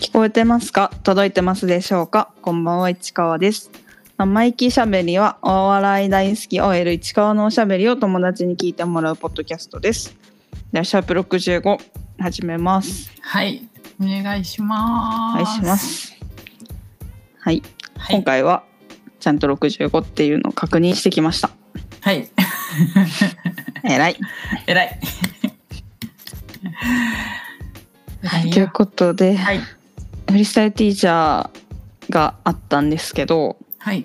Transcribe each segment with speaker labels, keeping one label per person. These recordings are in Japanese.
Speaker 1: 聞こえてますか届いてますでしょうかこんばんは、市川です。生意気しゃべりは、お笑い大好き OL 市川のおしゃべりを友達に聞いてもらうポッドキャストです。では、シャープ65、始めます。
Speaker 2: はい、お願いし
Speaker 1: お
Speaker 2: ま
Speaker 1: 願
Speaker 2: す。
Speaker 1: いしま。す。はい、
Speaker 2: はい、
Speaker 1: 今回は、ちゃんと65っていうのを確認してきました。
Speaker 2: はい、
Speaker 1: えらい。
Speaker 2: えらい。はい
Speaker 1: ということで、
Speaker 2: はい、
Speaker 1: フリースタイルティーチャーがあったんですけど、
Speaker 2: はい、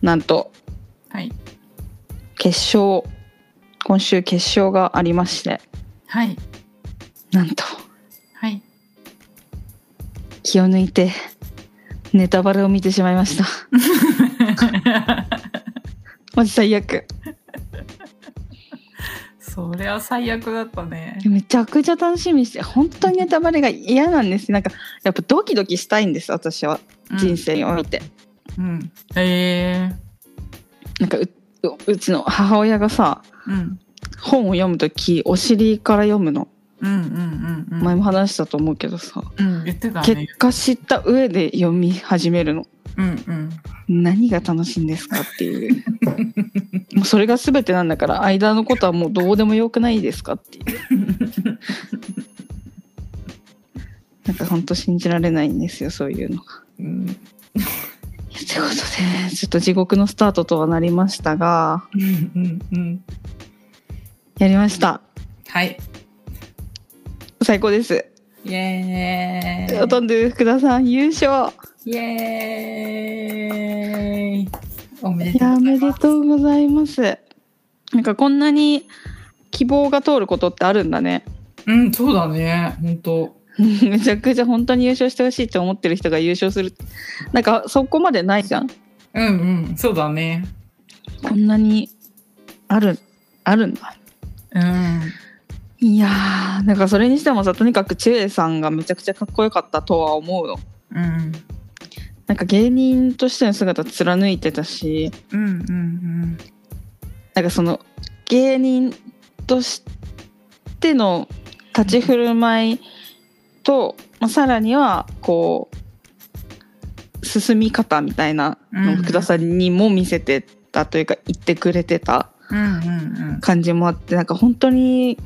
Speaker 1: なんと、
Speaker 2: はい、
Speaker 1: 決勝今週決勝がありまして
Speaker 2: はい、
Speaker 1: なんと
Speaker 2: はい。
Speaker 1: 気を抜いてネタバレを見てしまいましたマジ最悪
Speaker 2: そりゃ最悪だったね。
Speaker 1: めちゃくちゃ楽しみにして本当にネタバレが嫌なんですなんかやっぱドキドキしたいんです私は
Speaker 2: うん
Speaker 1: 人。生において、
Speaker 2: うん。ええ
Speaker 1: なんかうううちの母親がさ
Speaker 2: ー。うん。
Speaker 1: 本を読む時お尻から読むの
Speaker 2: うんうんうんうん。
Speaker 1: 前も話したと思うけどさ、
Speaker 2: うん、言ってたね
Speaker 1: 結。果知った上で読み始めるの
Speaker 2: うんうん。
Speaker 1: 何が楽しいんですかっていうもうそれが全てなんだから間のことはもうどうでもよくないですかっていうなんかほんと信じられないんですよそういうのが。
Speaker 2: うん。
Speaker 1: ということでちょっと地獄のスタートとはなりましたが
Speaker 2: うんうんうん。
Speaker 1: やりました
Speaker 2: はい。
Speaker 1: 最高です。
Speaker 2: イエ
Speaker 1: ほと
Speaker 2: ー
Speaker 1: んど福田さん優勝
Speaker 2: イ。イエーイ。おめ
Speaker 1: い
Speaker 2: でとう
Speaker 1: や
Speaker 2: ご
Speaker 1: お
Speaker 2: ざい
Speaker 1: め
Speaker 2: ま。
Speaker 1: ですとうございます。なんかこんなに希望が通ることってあるんだね。
Speaker 2: うん、そうだね。本当。
Speaker 1: めちゃくちゃ本当に優勝してほしいって思ってる人が優勝するなんかそこまでないじゃん。
Speaker 2: うんうん、そうだね。
Speaker 1: こんなにあるあるんだ
Speaker 2: うん。
Speaker 1: いやーなんかそれにしてもさとにかくチュエさんがめちゃくちゃかっこよかったとは思うの
Speaker 2: うん。
Speaker 1: なんか芸人としての姿貫いてたし
Speaker 2: うんうん
Speaker 1: なんかその芸人としての立ち振る舞いと、まあ、さらにはこう進み方みたいなのを福田さんにも見せてたというか言ってくれてた
Speaker 2: うん。うんうん
Speaker 1: 感じもあってなんか本当に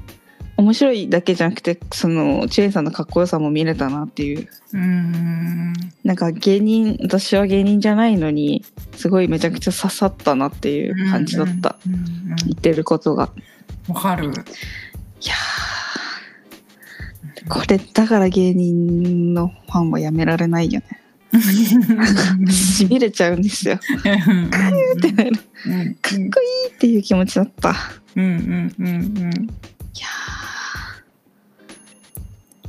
Speaker 1: 面白いだけじゃなくてその知恵さんのかっこよさも見れたなっていう
Speaker 2: うん。うん。
Speaker 1: なんか芸人私は芸人じゃないのにすごいめちゃくちゃ刺さったなっていう感じだった、。
Speaker 2: うんうん
Speaker 1: 言ってることが
Speaker 2: うん。わかる。
Speaker 1: いやーこれだから芸人のファンはやめられないよねしびれちゃうんですよってなるか
Speaker 2: うん
Speaker 1: っこいいっていう気持ちだったい
Speaker 2: うんうんうん
Speaker 1: や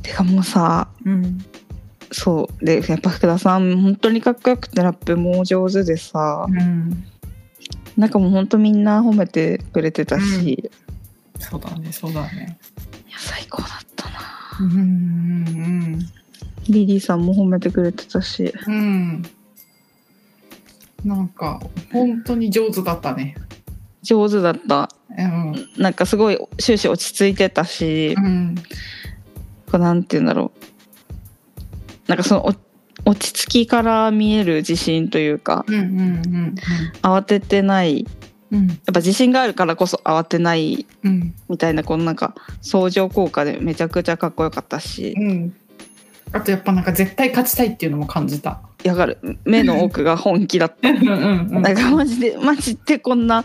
Speaker 1: ーてかもうさ
Speaker 2: うん。うん。
Speaker 1: そうでやっぱ福田さん本当にかっこよくてラップも上手でさ
Speaker 2: うん。
Speaker 1: なんかもう本当みんな褒めてくれてたし、
Speaker 2: うん
Speaker 1: い
Speaker 2: そうだね、そうだね。
Speaker 1: や最高だったな
Speaker 2: うんうん
Speaker 1: リリーさんも褒めてくれてたし
Speaker 2: うん。うん。なんか、本当に上手だったね。
Speaker 1: 上手だった
Speaker 2: うん。
Speaker 1: なんかすごい終始落ち着いてたし
Speaker 2: う、ん。
Speaker 1: こうなんて言うんだろうなんかそのお落ち着きから見える自信というか
Speaker 2: うんうんうん
Speaker 1: 慌ててないや
Speaker 2: うん。うん
Speaker 1: っぱ自信があるからこそ慌てない
Speaker 2: うん。
Speaker 1: みたいなこのなんか相乗効果でめちゃくちゃかっこよかったし
Speaker 2: うん。あとやっぱなんか絶対勝ちたいっていうのも感じた。
Speaker 1: やがる目の奥が本気だった
Speaker 2: うんうん
Speaker 1: なんかマジでマジでこんな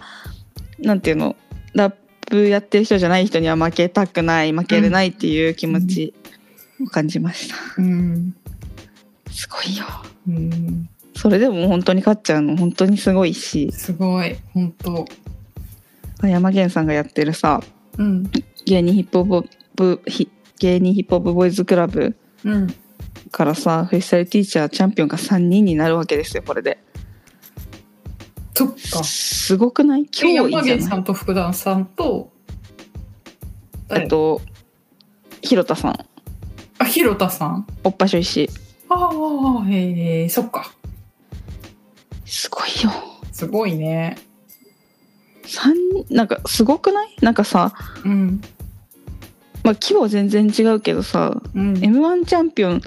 Speaker 1: なんていうのラップやってる人じゃない人には負けたくない負けれないっていう気持ちを感じました
Speaker 2: うん。
Speaker 1: すごいよ
Speaker 2: うん。
Speaker 1: それでも本当に勝っちゃうの本当にすごいし
Speaker 2: すごい。本当。
Speaker 1: 山源さんがやってるさ
Speaker 2: うん。
Speaker 1: 芸人ヒップホップひ芸人ヒップホップボーイズクラブ
Speaker 2: うん。
Speaker 1: からさフリースタイルティーチャーチャンピオンが3人になるわけですよこれで
Speaker 2: そっか。
Speaker 1: すごくない
Speaker 2: 今
Speaker 1: 脅
Speaker 2: 日
Speaker 1: 威じ
Speaker 2: 山
Speaker 1: ゃ
Speaker 2: 源
Speaker 1: な
Speaker 2: さ
Speaker 1: い
Speaker 2: んと福田さんと。
Speaker 1: えっと広田さん
Speaker 2: あ、ひろたさん。
Speaker 1: おっぱしょいし
Speaker 2: ああ、へえ、そっか。
Speaker 1: すごいよ
Speaker 2: すごいね。
Speaker 1: 三人なんかすごくないなんかさ、
Speaker 2: うん。
Speaker 1: まあ、規模全然違うけどさ
Speaker 2: うん。
Speaker 1: m 1チャンピオン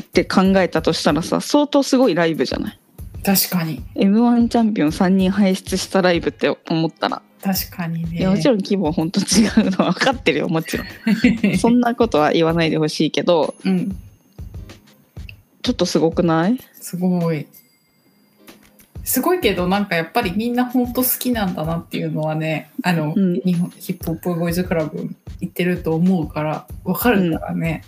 Speaker 1: って考えたとしたらさ相当すごいライブじゃない
Speaker 2: 確かに
Speaker 1: m 1チャンピオン3人輩出したライブって思ったら、
Speaker 2: 確かにね
Speaker 1: いやもちろん規模ほんと違うのは分かってるよもちろん そんなことは言わないでほしいけど
Speaker 2: うん
Speaker 1: ちょっとすごくない
Speaker 2: すごいすごいけどなんかやっぱりみんな本当好きなんだなっていうのはねあの、
Speaker 1: うん
Speaker 2: 日本ヒップホップボーイズクラブ行ってると思うからわかるからね、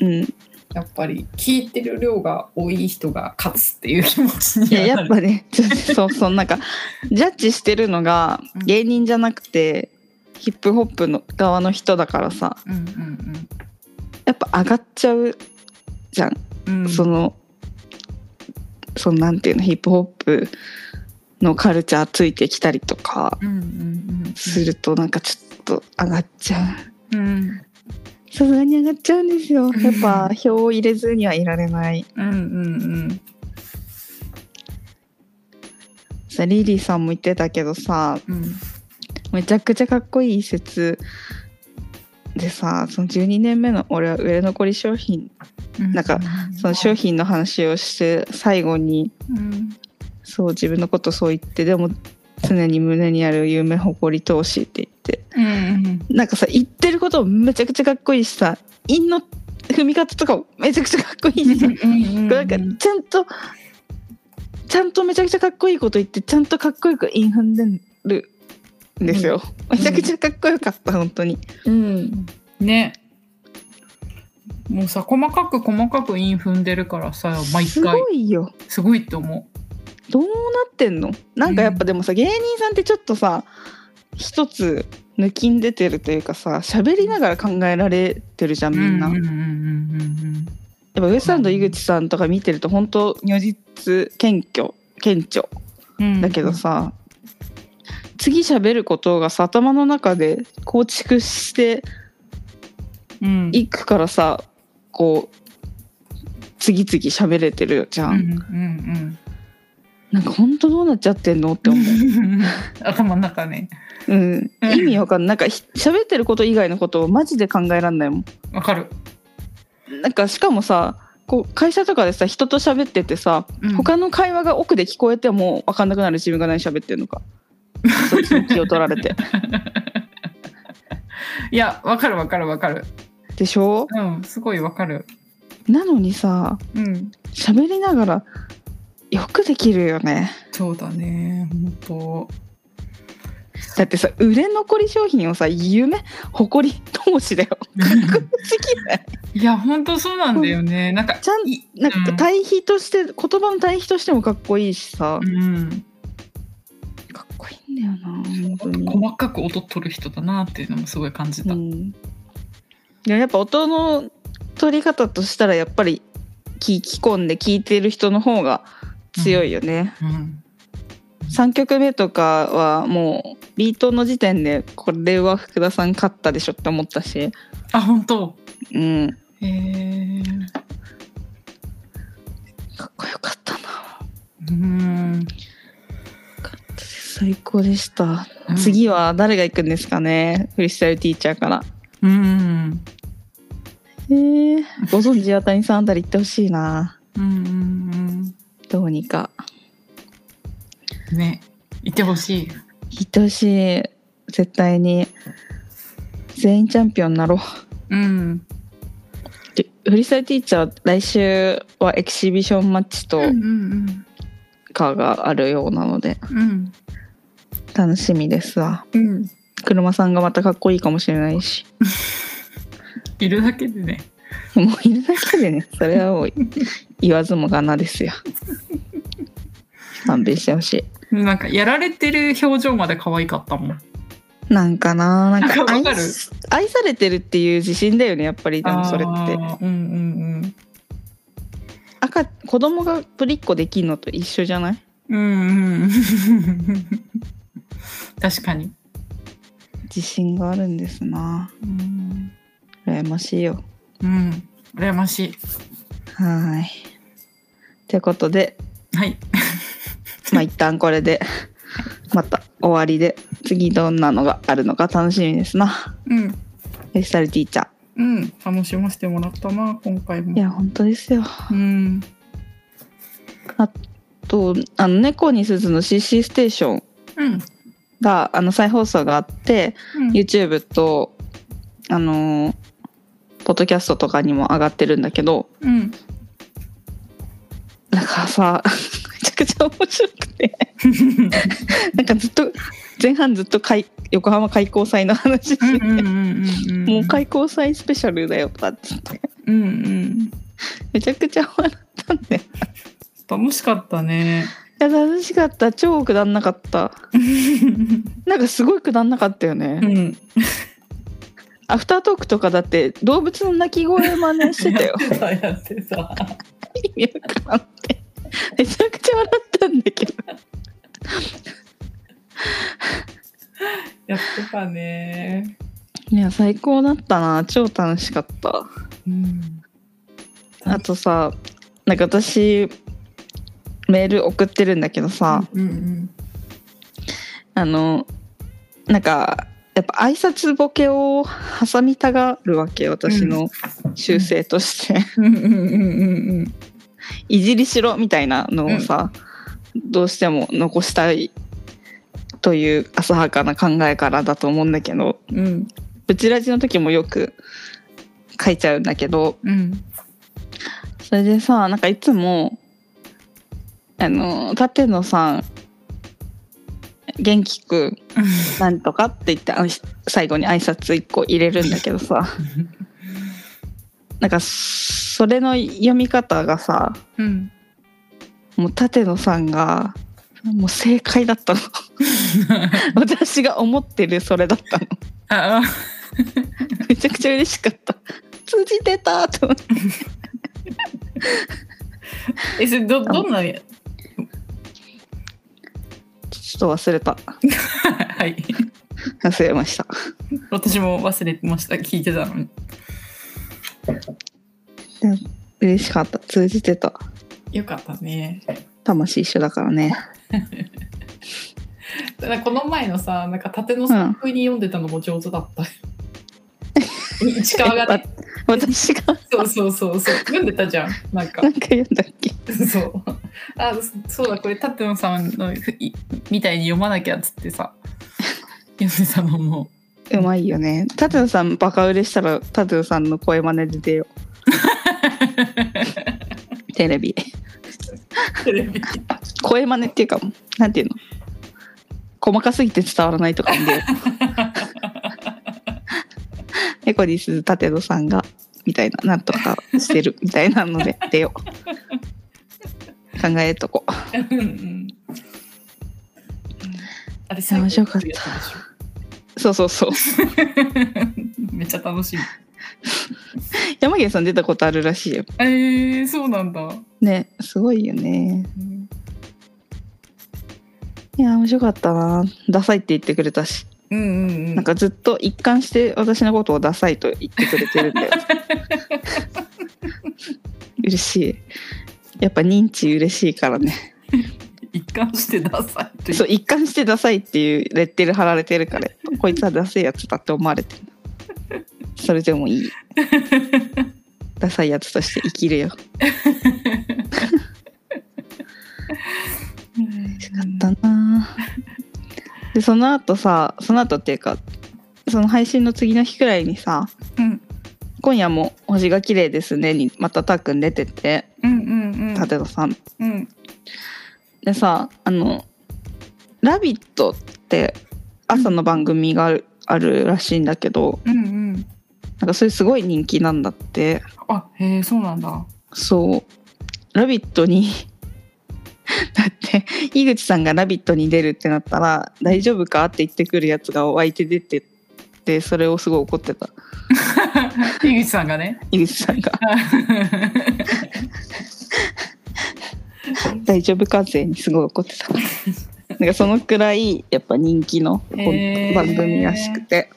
Speaker 1: うんい
Speaker 2: やっぱり聞いてる量が多い人が勝つっていう気持ちに
Speaker 1: や
Speaker 2: はな
Speaker 1: やっ
Speaker 2: る
Speaker 1: ぱねちょっとそうそうなんかジャッジしてるのが
Speaker 2: うん
Speaker 1: 芸人じゃなくてヒップホップの側の人だからさ
Speaker 2: うんうん
Speaker 1: やっぱ上がっちゃうじゃん
Speaker 2: うんうん
Speaker 1: そのそのなんていうのヒップホップのカルチャーついてきたりとか
Speaker 2: うんうんうん
Speaker 1: するとなんかちょっと上がっちゃう
Speaker 2: うん
Speaker 1: さすがに上がっちゃうんですよやっぱ票を入れずにはいられない
Speaker 2: うんうん
Speaker 1: さリリーさんも言ってたけどさ
Speaker 2: うんうん
Speaker 1: めちゃくちゃかっこいい説でさその12年目の俺は売れ残り商品
Speaker 2: うん
Speaker 1: なんかその商品の話をして最後に
Speaker 2: うん
Speaker 1: そう自分のことそう言ってでも常に胸にある夢誇り投資って言って
Speaker 2: うんうん
Speaker 1: なんかさ言ってることもめちゃくちゃかっこいいしさ韻の踏み方とかもめちゃくちゃかっこいいしさ
Speaker 2: うん
Speaker 1: なんかちゃんとちゃんとめちゃくちゃかっこいいこと言ってちゃんとかっこよく韻踏んでるんですよ、めちゃくちゃかっこよかった本当に
Speaker 2: うんねもうさ細かく細かく韻踏んでるからさ毎
Speaker 1: す
Speaker 2: 回
Speaker 1: ごいよ
Speaker 2: すごいと思
Speaker 1: どうなってんのなんかやっぱでもさ、芸人さんってちょっとさ一つ抜きん出てるというかさ喋りながら考えられてるじゃん
Speaker 2: う
Speaker 1: みんな、
Speaker 2: うん
Speaker 1: や
Speaker 2: う
Speaker 1: っ
Speaker 2: んうんうん
Speaker 1: ぱウエストランド井口さんとか見てると本当如実謙虚謙虚
Speaker 2: うんうん
Speaker 1: だけどさ、次喋ることがさ頭の中で構築して
Speaker 2: うん
Speaker 1: いくからさこう次々喋れてるじゃ、
Speaker 2: うんんうん
Speaker 1: なんか本当どうなっちゃってんのって
Speaker 2: う
Speaker 1: 思う、
Speaker 2: ん頭の中ね
Speaker 1: うん、意味わかんないなんかひ喋ってること以外のことをマジで考えらんないも
Speaker 2: わかる
Speaker 1: んなんかしかもさこう会社とかでさ人と喋っててさ、
Speaker 2: うん
Speaker 1: 他の会話が奥で聞こえても分かんなくなる自分が何喋ってんのかそっちに気を取られて
Speaker 2: いやわかるわかるわかる
Speaker 1: でしょ
Speaker 2: うんすごいわかる
Speaker 1: なのにさ
Speaker 2: うん
Speaker 1: 喋りながらよくできるよね
Speaker 2: そうだね本
Speaker 1: だってさ売れ残り商品をさ夢誇り投資だよか
Speaker 2: 当
Speaker 1: っこすぎない
Speaker 2: いや本当そうなんだよねなんか
Speaker 1: ちゃん
Speaker 2: い
Speaker 1: なんか
Speaker 2: うん
Speaker 1: 対比として言葉の対比としてもかっこいいしさ
Speaker 2: うん
Speaker 1: かっこいいんだよな本当に、
Speaker 2: 細かく音取る人だなっていうのもすごい感じ
Speaker 1: う
Speaker 2: た、
Speaker 1: ん、でもやっぱ音の取り方としたらやっぱり聞き込んで聞いてる人の方が強いよね、
Speaker 2: うん
Speaker 1: 3曲目とかはもうビートの時点でこれは福田さん勝ったでしょって思ったし、
Speaker 2: あ本当
Speaker 1: うん、
Speaker 2: へえ
Speaker 1: かっこよかったな
Speaker 2: うん
Speaker 1: 最高でした、次は誰が行くんですかねフリースタイルティーチャーから
Speaker 2: うん
Speaker 1: えー、ご存知谷さんあたり行ってほしいな
Speaker 2: うんうん
Speaker 1: どうにか
Speaker 2: うんねいてほしい
Speaker 1: 行ってほしい絶対に全員チャンピオンになろう
Speaker 2: うん
Speaker 1: でフリースタイルティーチャー来週はエキシビションマッチと
Speaker 2: うんうん
Speaker 1: かがあるようなので
Speaker 2: うん
Speaker 1: 楽しみですわ
Speaker 2: うん
Speaker 1: 車さんがまたかっこいいかもしれないし
Speaker 2: いるだけでね
Speaker 1: もういるだけでねそれはもう言わずもがなですよ勘弁してほし
Speaker 2: なんかやられてる表情まで可愛かったも
Speaker 1: い
Speaker 2: ん
Speaker 1: なんかななん
Speaker 2: な
Speaker 1: か
Speaker 2: んかわ
Speaker 1: 愛
Speaker 2: かる
Speaker 1: す愛されてるっていう自信だよねやっぱりでもそれって
Speaker 2: あーうんうん
Speaker 1: 赤子供がぶりっ子できんのと一緒じゃない
Speaker 2: うんうんうん確かに、
Speaker 1: 自信があるんですな
Speaker 2: うん、
Speaker 1: 羨ましいよ
Speaker 2: うん羨まし
Speaker 1: はーいということで
Speaker 2: いはい
Speaker 1: まあ一旦これで また終わりで次どんなのがあるのか楽しみですな
Speaker 2: うん
Speaker 1: フリースタイルティーチャー
Speaker 2: うん、楽しませてもらったな、今回も。
Speaker 1: いや本当ですよ
Speaker 2: うん。
Speaker 1: とあの猫に鈴の CC ステーション
Speaker 2: うん。
Speaker 1: があの再放送があって
Speaker 2: うん
Speaker 1: YouTube とあのーポッドキャストとかにも上がってるんだけど
Speaker 2: うん。
Speaker 1: なんかさめちゃくちゃ面白くてなんかずっと前半ずっとかい横浜開港祭の話して、
Speaker 2: うんうんうんうん
Speaker 1: もう開港祭スペシャルだよだって言って
Speaker 2: うんうん。
Speaker 1: めちゃくちゃ笑ったんでい
Speaker 2: 楽しかった ね。
Speaker 1: や楽しかった超くだんなかった
Speaker 2: う
Speaker 1: なんかすごいくだんなかったよね、
Speaker 2: ん。
Speaker 1: アフタートークとかだって動物の鳴き声真似してたよ
Speaker 2: やってた、やってた。
Speaker 1: 意味わからんってめちゃくちゃ笑ったんだけど
Speaker 2: やってたね。
Speaker 1: いや最高だったな超楽しかった
Speaker 2: うん。
Speaker 1: あとさなんか私メール送ってるんだけどさ、
Speaker 2: うん
Speaker 1: あのなんかやっぱ挨拶ボケを挟みたがるわけ私の習性として、
Speaker 2: うん。うんうんうんうん
Speaker 1: いじりしろみたいなのをさ、どうしても残したいという浅はかな考えからだと思うんだけど
Speaker 2: うん。うん
Speaker 1: ブチラジの時もよく書いちゃうんだけど
Speaker 2: うん
Speaker 1: それでさなんかいつもあの舘野さん元気くんなんとかって言ってあのひ最後に挨拶一個入れるんだけどさなんかそれの読み方がさ
Speaker 2: うん。
Speaker 1: もう舘野さんがもう正解だったの私が思ってるそれだったの
Speaker 2: ああ、
Speaker 1: めちゃくちゃ嬉しかった通じてたと思って
Speaker 2: え、それど、どんな、 はい。
Speaker 1: ちょっと忘れた忘れました
Speaker 2: 私も忘れてました、聞いてたのに。
Speaker 1: 嬉しかった通じてた
Speaker 2: よかったね。
Speaker 1: 魂一緒だからね
Speaker 2: ただこの前のさ、なんか縦のさん風に読んでたのも上手だ った。市川がね、
Speaker 1: 私が
Speaker 2: そうそうそうそう、読んでたじゃん、なんか
Speaker 1: な。んか言うんだっけ
Speaker 2: そう。あ、そそうだ、これ、舘野さんのいみたいに読まなきゃっつって さ、読んでたのも。
Speaker 1: うまいよね舘野さんバカ売れしたら舘野さんの声真似で出ようテレビ
Speaker 2: テレビ。
Speaker 1: 声真似っていうかなんていうの細かすぎて伝わらないとかでエコリス舘野さんがみたいななんとかしてるみたいなので出よう考えとこ
Speaker 2: うんうんあれ、
Speaker 1: 面白かった
Speaker 2: 最後のやつでしょ
Speaker 1: そうそうそう
Speaker 2: めっちゃ楽しい。
Speaker 1: 山毛さん出たことあるらしいよ
Speaker 2: えー、そうなんだ。
Speaker 1: ねすごいよねいや面白かったなダサいって言ってくれたし
Speaker 2: うんうんう
Speaker 1: なん
Speaker 2: ん。
Speaker 1: かずっと一貫して私のことをダサいと言ってくれてるんだよ。嬉しい。やっぱ認知嬉しいからね。
Speaker 2: 一貫してダサいという
Speaker 1: そう一貫してダサいっていうレッテル貼られてるから、こいつはダサいやつだって思われてる。それでもいい。ダサいやつとして生きるよ。だったなぁ。でその後さ、その後っていうか、その配信の次の日くらいにさ、
Speaker 2: うん
Speaker 1: 今夜も星が綺麗ですねにまたたっくん出てて
Speaker 2: うんうんうん。
Speaker 1: 舘野さん。
Speaker 2: うん
Speaker 1: でさあの「ラビット!」って朝の番組がある,、あるらしいんだけど
Speaker 2: うんうん。
Speaker 1: なんかそれすごい人気なんだって
Speaker 2: あ、へえ、そうなん だ。
Speaker 1: そう「ラビット!」に だって井口さんが「ラビット!」に出るってなったら「大丈夫か?」って言ってくるやつが湧いて出てってそれをすごい怒ってた
Speaker 2: 井口さんが ね。
Speaker 1: 井口さんが大丈夫かぜにすごい怒ってた なんかそのくらいやっぱ人気のこ
Speaker 2: へー
Speaker 1: ん番組らしくて、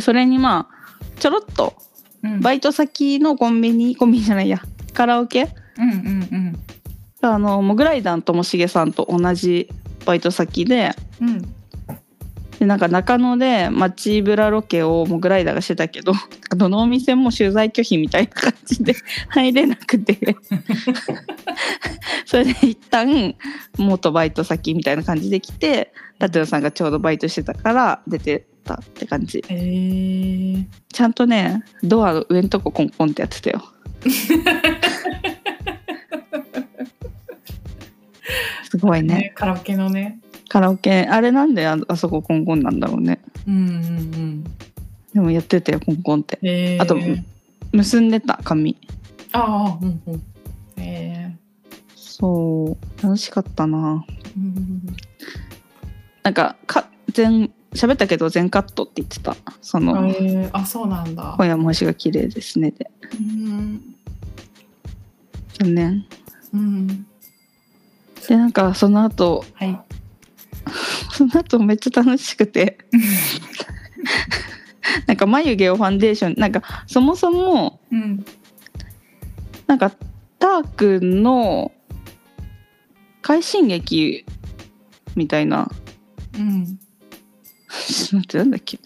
Speaker 1: それにまあちょろっと
Speaker 2: うん
Speaker 1: バイト先のコンビニコンビニじゃないやカラオケ
Speaker 2: うんうん
Speaker 1: あのモグライダンともしげさんと同じバイト先で
Speaker 2: うん。うん。
Speaker 1: ででなんか中野で街ブラロケをモグライダーがしてたけどなんかどのお店も取材拒否みたいな感じで 入れなくて それで一旦元バイト先みたいな感じで来てダテオさんがちょうどバイトしてたから出てたって感じ
Speaker 2: えー、
Speaker 1: ちゃんとねドアの上のとこコンコンってやってたよすごいね
Speaker 2: ねカラオケのね
Speaker 1: カラオケあれなんでああそこコンコンなんだろうね
Speaker 2: うんうん
Speaker 1: でもやってたよコンコンって
Speaker 2: うんえー、
Speaker 1: あと結んでた髪
Speaker 2: ああうんうんえ
Speaker 1: そう楽しかったな
Speaker 2: ーうん
Speaker 1: なんかか全喋ったけど全カットって言ってたそ
Speaker 2: うんうん
Speaker 1: の
Speaker 2: えー、あそうなんだ
Speaker 1: 「今夜も星が綺麗ですね」で
Speaker 2: うん
Speaker 1: 残念
Speaker 2: うん
Speaker 1: でなんかその後
Speaker 2: はい
Speaker 1: その後めっちゃ楽しくてなんか眉毛をファンデーションなんかそもそも
Speaker 2: うん
Speaker 1: なんかタークの快進撃みたいな
Speaker 2: うん
Speaker 1: ちょっと待ってなんだっけ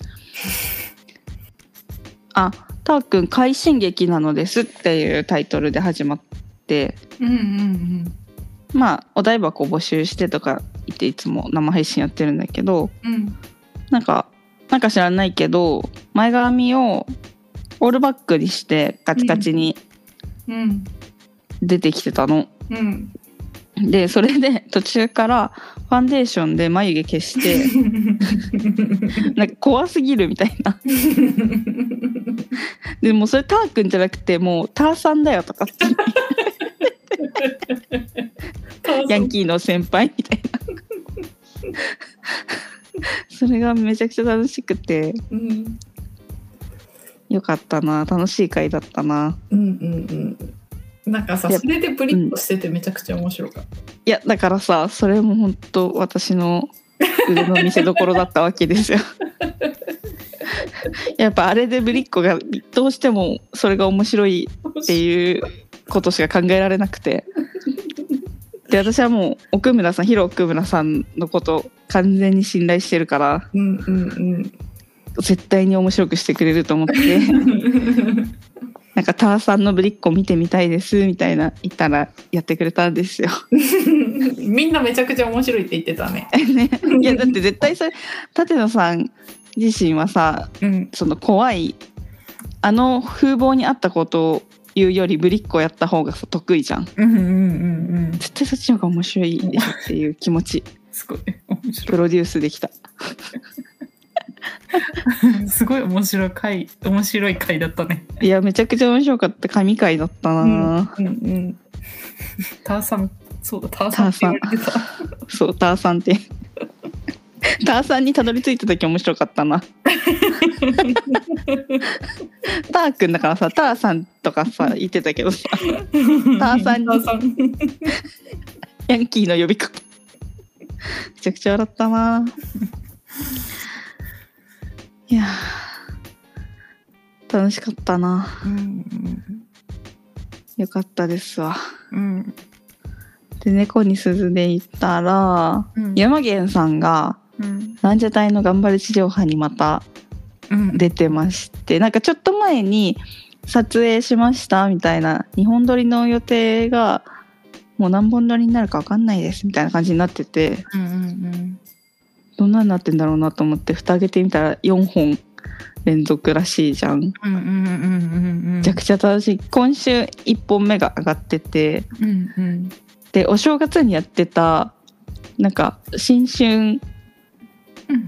Speaker 1: あたーくん快進撃なのですっていうタイトルで始まって
Speaker 2: うんうん
Speaker 1: まあお台箱を募集してとか言っていつも生配信やってるんだけど
Speaker 2: うんうん
Speaker 1: なんかなんか知らないけど前髪をオールバックにしてカチカチに
Speaker 2: うん
Speaker 1: 出てきてたの。
Speaker 2: うん
Speaker 1: でそれで途中からファンデーションで眉毛消してなんか怖すぎるみたいなでもうそれターくんじゃなくてもうターさんだよとかって ヤンキーの先輩みたいな。それがめちゃくちゃ楽しくて
Speaker 2: うん
Speaker 1: よかったな楽しい回だったな
Speaker 2: うんうんうんなんかさ
Speaker 1: いや
Speaker 2: それでプリッとしててめちゃくちゃ面白かった、
Speaker 1: いやだからさそれも本当私の腕の見せ所だったわけですよ やっぱあれでぶりっ子がどうしてもそれが面白いっていうことしか考えられなくてで私はもう奥村さん広奥村さんのこと完全に信頼してるから
Speaker 2: うんうん
Speaker 1: 絶対に面白くしてくれると思って
Speaker 2: うん
Speaker 1: なんか、ターさんのぶりっ子見てみたいです、みたいな、言ったらやってくれたんです よ。
Speaker 2: みんなめちゃくちゃ面白いって言ってたね
Speaker 1: ね、いや、だって絶対それ、舘野さん自身はさ、
Speaker 2: うん
Speaker 1: その怖い、あの風貌に合ったことを言うより、ぶりっ子やった方がさ得意じゃん。
Speaker 2: うんうんうんうん
Speaker 1: 絶対そっちの方が面白いでしょっていう気持ち、
Speaker 2: すごい面白
Speaker 1: プロデュースできた。
Speaker 2: いすごい面白い回面白い回だったね
Speaker 1: いや、めちゃくちゃ面白かった。神回だったな、
Speaker 2: うんうんターさんそうだターさんって言われてた
Speaker 1: そう、ターさんって。ターさんにたどり着いた時面白かったな。ターくんだからさ、ターさんとかさ、言ってたけどさ、
Speaker 2: タ
Speaker 1: ーさんに
Speaker 2: ターさん
Speaker 1: ヤンキーの呼び方。めちゃくちゃ笑ったな。いやー、楽しかったな。
Speaker 2: うん
Speaker 1: よかったですわ。
Speaker 2: うん
Speaker 1: で、猫に鈴で言ったら、
Speaker 2: うん
Speaker 1: 山源さんが、
Speaker 2: うん
Speaker 1: ランジャタイの頑張れ地上波にまた
Speaker 2: うん
Speaker 1: 出てましてなんかちょっと前に撮影しましたみたいな日本撮りの予定がもう何本撮りになるか分かんないですみたいな感じになってて
Speaker 2: うんうん
Speaker 1: どんなになってんだろうなと思って蓋開けてみたら4本連続らしいじゃんめ
Speaker 2: うんうんうんうんうん
Speaker 1: ちゃくちゃ楽しい今週1本目が上がってて
Speaker 2: うんうん
Speaker 1: でお正月にやってたなんか新春
Speaker 2: うん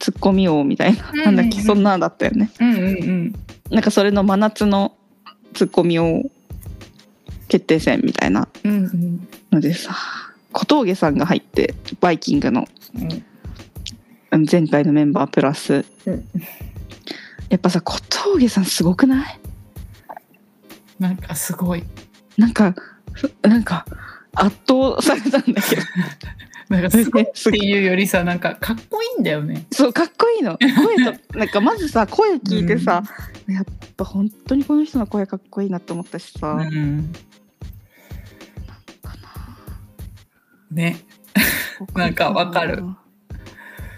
Speaker 1: ツッコミ王みたいな
Speaker 2: うん
Speaker 1: なんだっけそんなだったよね
Speaker 2: うんうんうん
Speaker 1: なんかそれの真夏のツッコミを決定戦みたいな
Speaker 2: うんうん
Speaker 1: のでさ小峠さんが入ってバイキングの
Speaker 2: うん
Speaker 1: あの前回のメンバープラス、
Speaker 2: うん
Speaker 1: やっぱさ小峠さんすごくない
Speaker 2: なんかすごい
Speaker 1: なんかふなんか圧倒されたんだ けど
Speaker 2: なんかすごいっていうよりさなんかかっこいいんだよね
Speaker 1: そうかっこいいの声となんかまずさ声聞いてさ、やっぱ本当にこの人の声かっこいいなって思ったしさ、
Speaker 2: うんねなんかわかる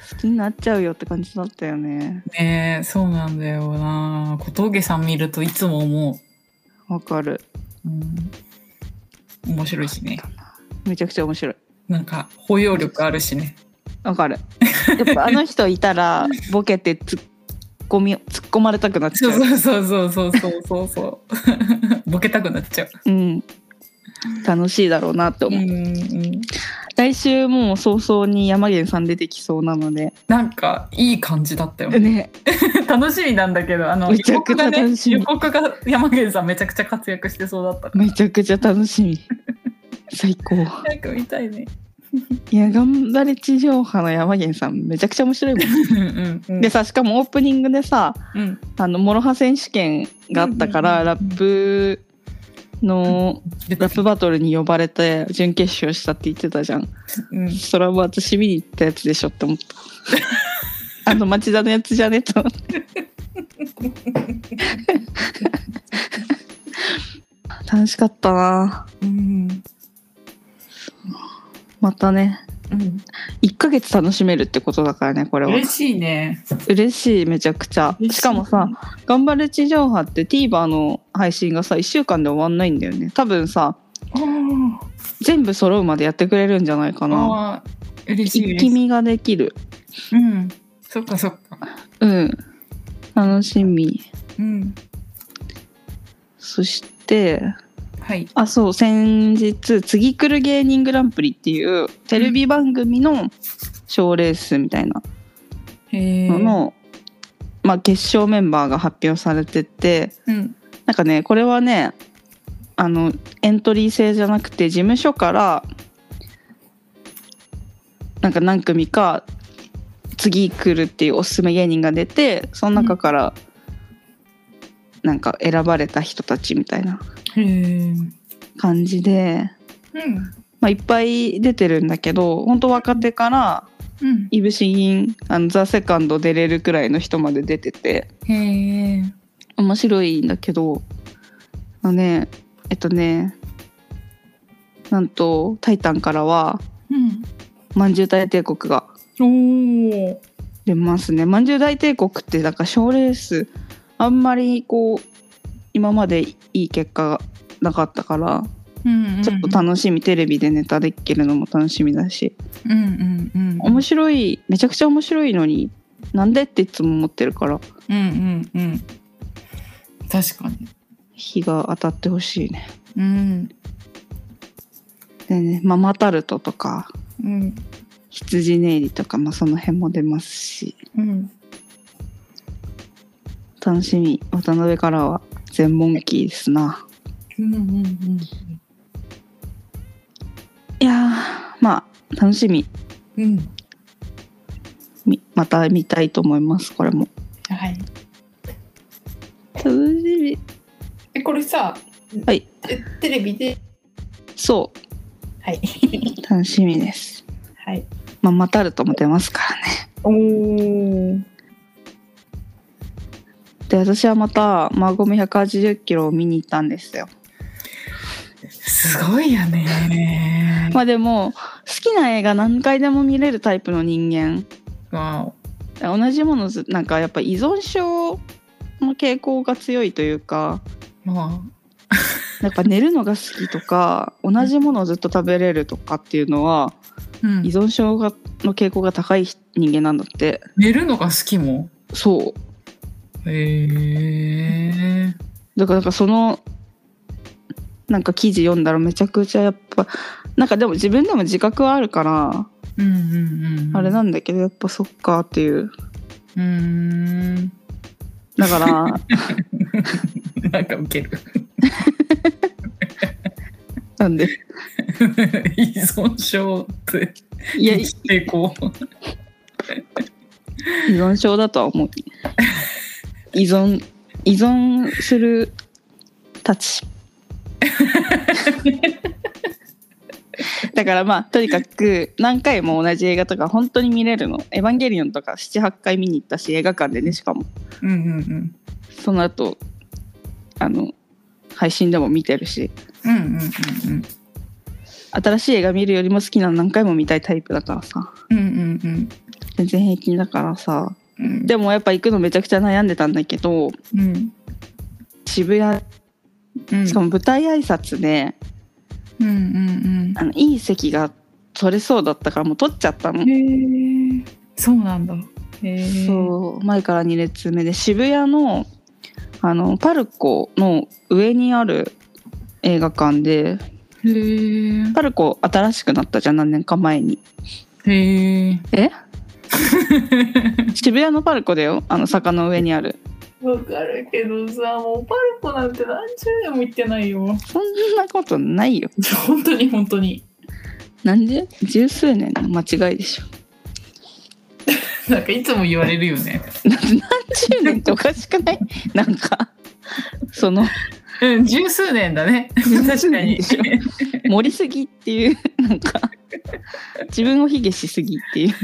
Speaker 1: す気になっちゃうよって感じだったよね
Speaker 2: ねえそうなんだよな小峠さん見るといつも思
Speaker 1: わかる
Speaker 2: う、うん、面白いしね
Speaker 1: めちゃくちゃ面白い
Speaker 2: なんか包容力あるしね
Speaker 1: わかるやっぱあの人いた らボケて突っ込み突っ込まれたくなっち
Speaker 2: そ
Speaker 1: ゃ
Speaker 2: う
Speaker 1: う
Speaker 2: そうそうそうそうそうそう ボケたくなっちゃう
Speaker 1: うん楽しいだろうなと
Speaker 2: う
Speaker 1: 思う、
Speaker 2: んうん
Speaker 1: 来週もう早々に山源さん出てきそうなので
Speaker 2: なんかいい感じだったよね
Speaker 1: ね
Speaker 2: 楽しみなんだけどあの
Speaker 1: めちゃくちゃ楽しみ
Speaker 2: 予告が,、ね、予告が山源さんめちゃくちゃ活躍してそうだったから
Speaker 1: めちゃくちゃ楽し み最高
Speaker 2: 早く見たいね
Speaker 1: いや頑張れ地上波の山源さんめちゃくちゃ面白いもん
Speaker 2: うんうんうん
Speaker 1: でさしかもオープニングでさ
Speaker 2: うん
Speaker 1: あの諸刃選手権があったから、
Speaker 2: うんうん
Speaker 1: ラップの、
Speaker 2: で
Speaker 1: ラップバトルに呼ばれて準決勝したって言ってたじゃん
Speaker 2: うん
Speaker 1: それは私見に行ったやつでしょって思った あの町田のやつじゃねと思って楽しかったな
Speaker 2: うん
Speaker 1: またね
Speaker 2: うん
Speaker 1: 1ヶ月楽しめるってことだからねこれは
Speaker 2: 嬉しいね
Speaker 1: 嬉しいめちゃくちゃ
Speaker 2: 嬉しい
Speaker 1: しかもさ「頑張れ地上波」って TVer の配信がさ1週間で終わんないんだよね多分さ
Speaker 2: あー
Speaker 1: 全部揃うまでやってくれるんじゃないかな
Speaker 2: あー嬉しい
Speaker 1: 一
Speaker 2: 嬉
Speaker 1: 気
Speaker 2: しい
Speaker 1: 見ができる
Speaker 2: うんそっかそっか
Speaker 1: うん楽しみ
Speaker 2: うん
Speaker 1: そして
Speaker 2: はい
Speaker 1: あそう先日「次来る芸人グランプリ」っていうテレビ番組の賞レースみたいな
Speaker 2: へえ
Speaker 1: のの、まあ、決勝メンバーが発表されてて
Speaker 2: うん
Speaker 1: なんかねこれはねあのエントリー制じゃなくて事務所からなんか何組か次来るっていうおすすめ芸人が出てその中からなんか選ばれた人たちみたいな
Speaker 2: へえ
Speaker 1: 感じで、
Speaker 2: うん
Speaker 1: まあ、いっぱい出てるんだけど本当若手から
Speaker 2: うん
Speaker 1: いぶし銀あのザ・セカンド出れるくらいの人まで出てて。
Speaker 2: へえ
Speaker 1: 面白いんだけどあのねえっとねなんと「タイタン」からは
Speaker 2: うん
Speaker 1: 「まんじゅう大帝国」が
Speaker 2: おお
Speaker 1: 出ますね。まんじゅう大帝国ってなんか賞レースあんまりこう今までいい結果がなかったから
Speaker 2: うんうん
Speaker 1: ちょっと楽しみ、テレビでネタできるのも楽しみだし
Speaker 2: うんうんうん
Speaker 1: 面白いめちゃくちゃ面白いのになんでっていつも思ってるから
Speaker 2: うんうんうん確かに
Speaker 1: 日が当たってほしいね。
Speaker 2: うん
Speaker 1: でねママタルトとか
Speaker 2: うん
Speaker 1: 羊ネイリとか、まあ、その辺も出ますし
Speaker 2: うん
Speaker 1: 楽しみ渡辺からは全モンキーですな
Speaker 2: うんうん
Speaker 1: いやーまあ楽しみ
Speaker 2: うんうん
Speaker 1: みまた見たいと思いますこれも
Speaker 2: はい
Speaker 1: 楽しみ
Speaker 2: えこれさ
Speaker 1: はい
Speaker 2: えテレビで
Speaker 1: そ
Speaker 2: はいう
Speaker 1: 楽しみです
Speaker 2: はい
Speaker 1: まあマタルトも出ますからね
Speaker 2: おお
Speaker 1: で私はまたマゴミ180キロを見に行ったんですよ
Speaker 2: すごいよ ね
Speaker 1: まあでも好きな映画何回でも見れるタイプの人間
Speaker 2: わ
Speaker 1: 同じものずなんかやっぱ依存症の傾向が強いというか
Speaker 2: おま
Speaker 1: なんか寝るのが好きとか同じものをずっと食べれるとかっていうのは
Speaker 2: あ、うん
Speaker 1: 依存症がの傾向が高い人間なんだって
Speaker 2: 寝るのが好きも
Speaker 1: そ
Speaker 2: へえ
Speaker 1: うだからなんかそのなんか記事読んだらめちゃくちゃやっぱなんかでも自分でも自覚はあるから、
Speaker 2: うんうんうん
Speaker 1: あれなんだけどやっぱそっかっていう
Speaker 2: うーん
Speaker 1: だから
Speaker 2: なんかウケる
Speaker 1: なん で
Speaker 2: 依存症って
Speaker 1: いや依
Speaker 2: 成功
Speaker 1: 存症だとは思う依存依存するたち だからまあとにかく何回も同じ映画とか本当に見れるの「エヴァンゲリオン」とか78回見に行ったし映画館でねしかも
Speaker 2: うんうん
Speaker 1: その後あの配信でも見てるし
Speaker 2: うんうんうんうん
Speaker 1: 新しい映画見るよりも好きなの何回も見たいタイプだからさ
Speaker 2: うんうんうん
Speaker 1: 全然平気だからさ
Speaker 2: うん
Speaker 1: でもやっぱ行くのめちゃくちゃ悩んでたんだけど
Speaker 2: うん
Speaker 1: 渋谷
Speaker 2: うん
Speaker 1: しかも舞台挨拶で、
Speaker 2: うんうん
Speaker 1: あのいい席が取れそうだったからもう取っちゃったの
Speaker 2: うん。へえそうなんだへえ
Speaker 1: そう前から2列目で渋谷のあのパルコの上にある映画館で
Speaker 2: へえ
Speaker 1: パルコ新しくなったじゃん何年か前 に
Speaker 2: へえ
Speaker 1: え渋谷のパルコだよあの坂の上にある
Speaker 2: わかるけどさもうパルコなんて何十年も行ってないよ
Speaker 1: そんなことないよ
Speaker 2: 本当に本当に
Speaker 1: なんで十数年の間違いでしょ
Speaker 2: なんかいつも言われるよね
Speaker 1: だって何十年っておかしくないなんかその
Speaker 2: うん十数年だね確かに
Speaker 1: 十数 年盛りすぎっていう なんか自分を卑下しすぎっていう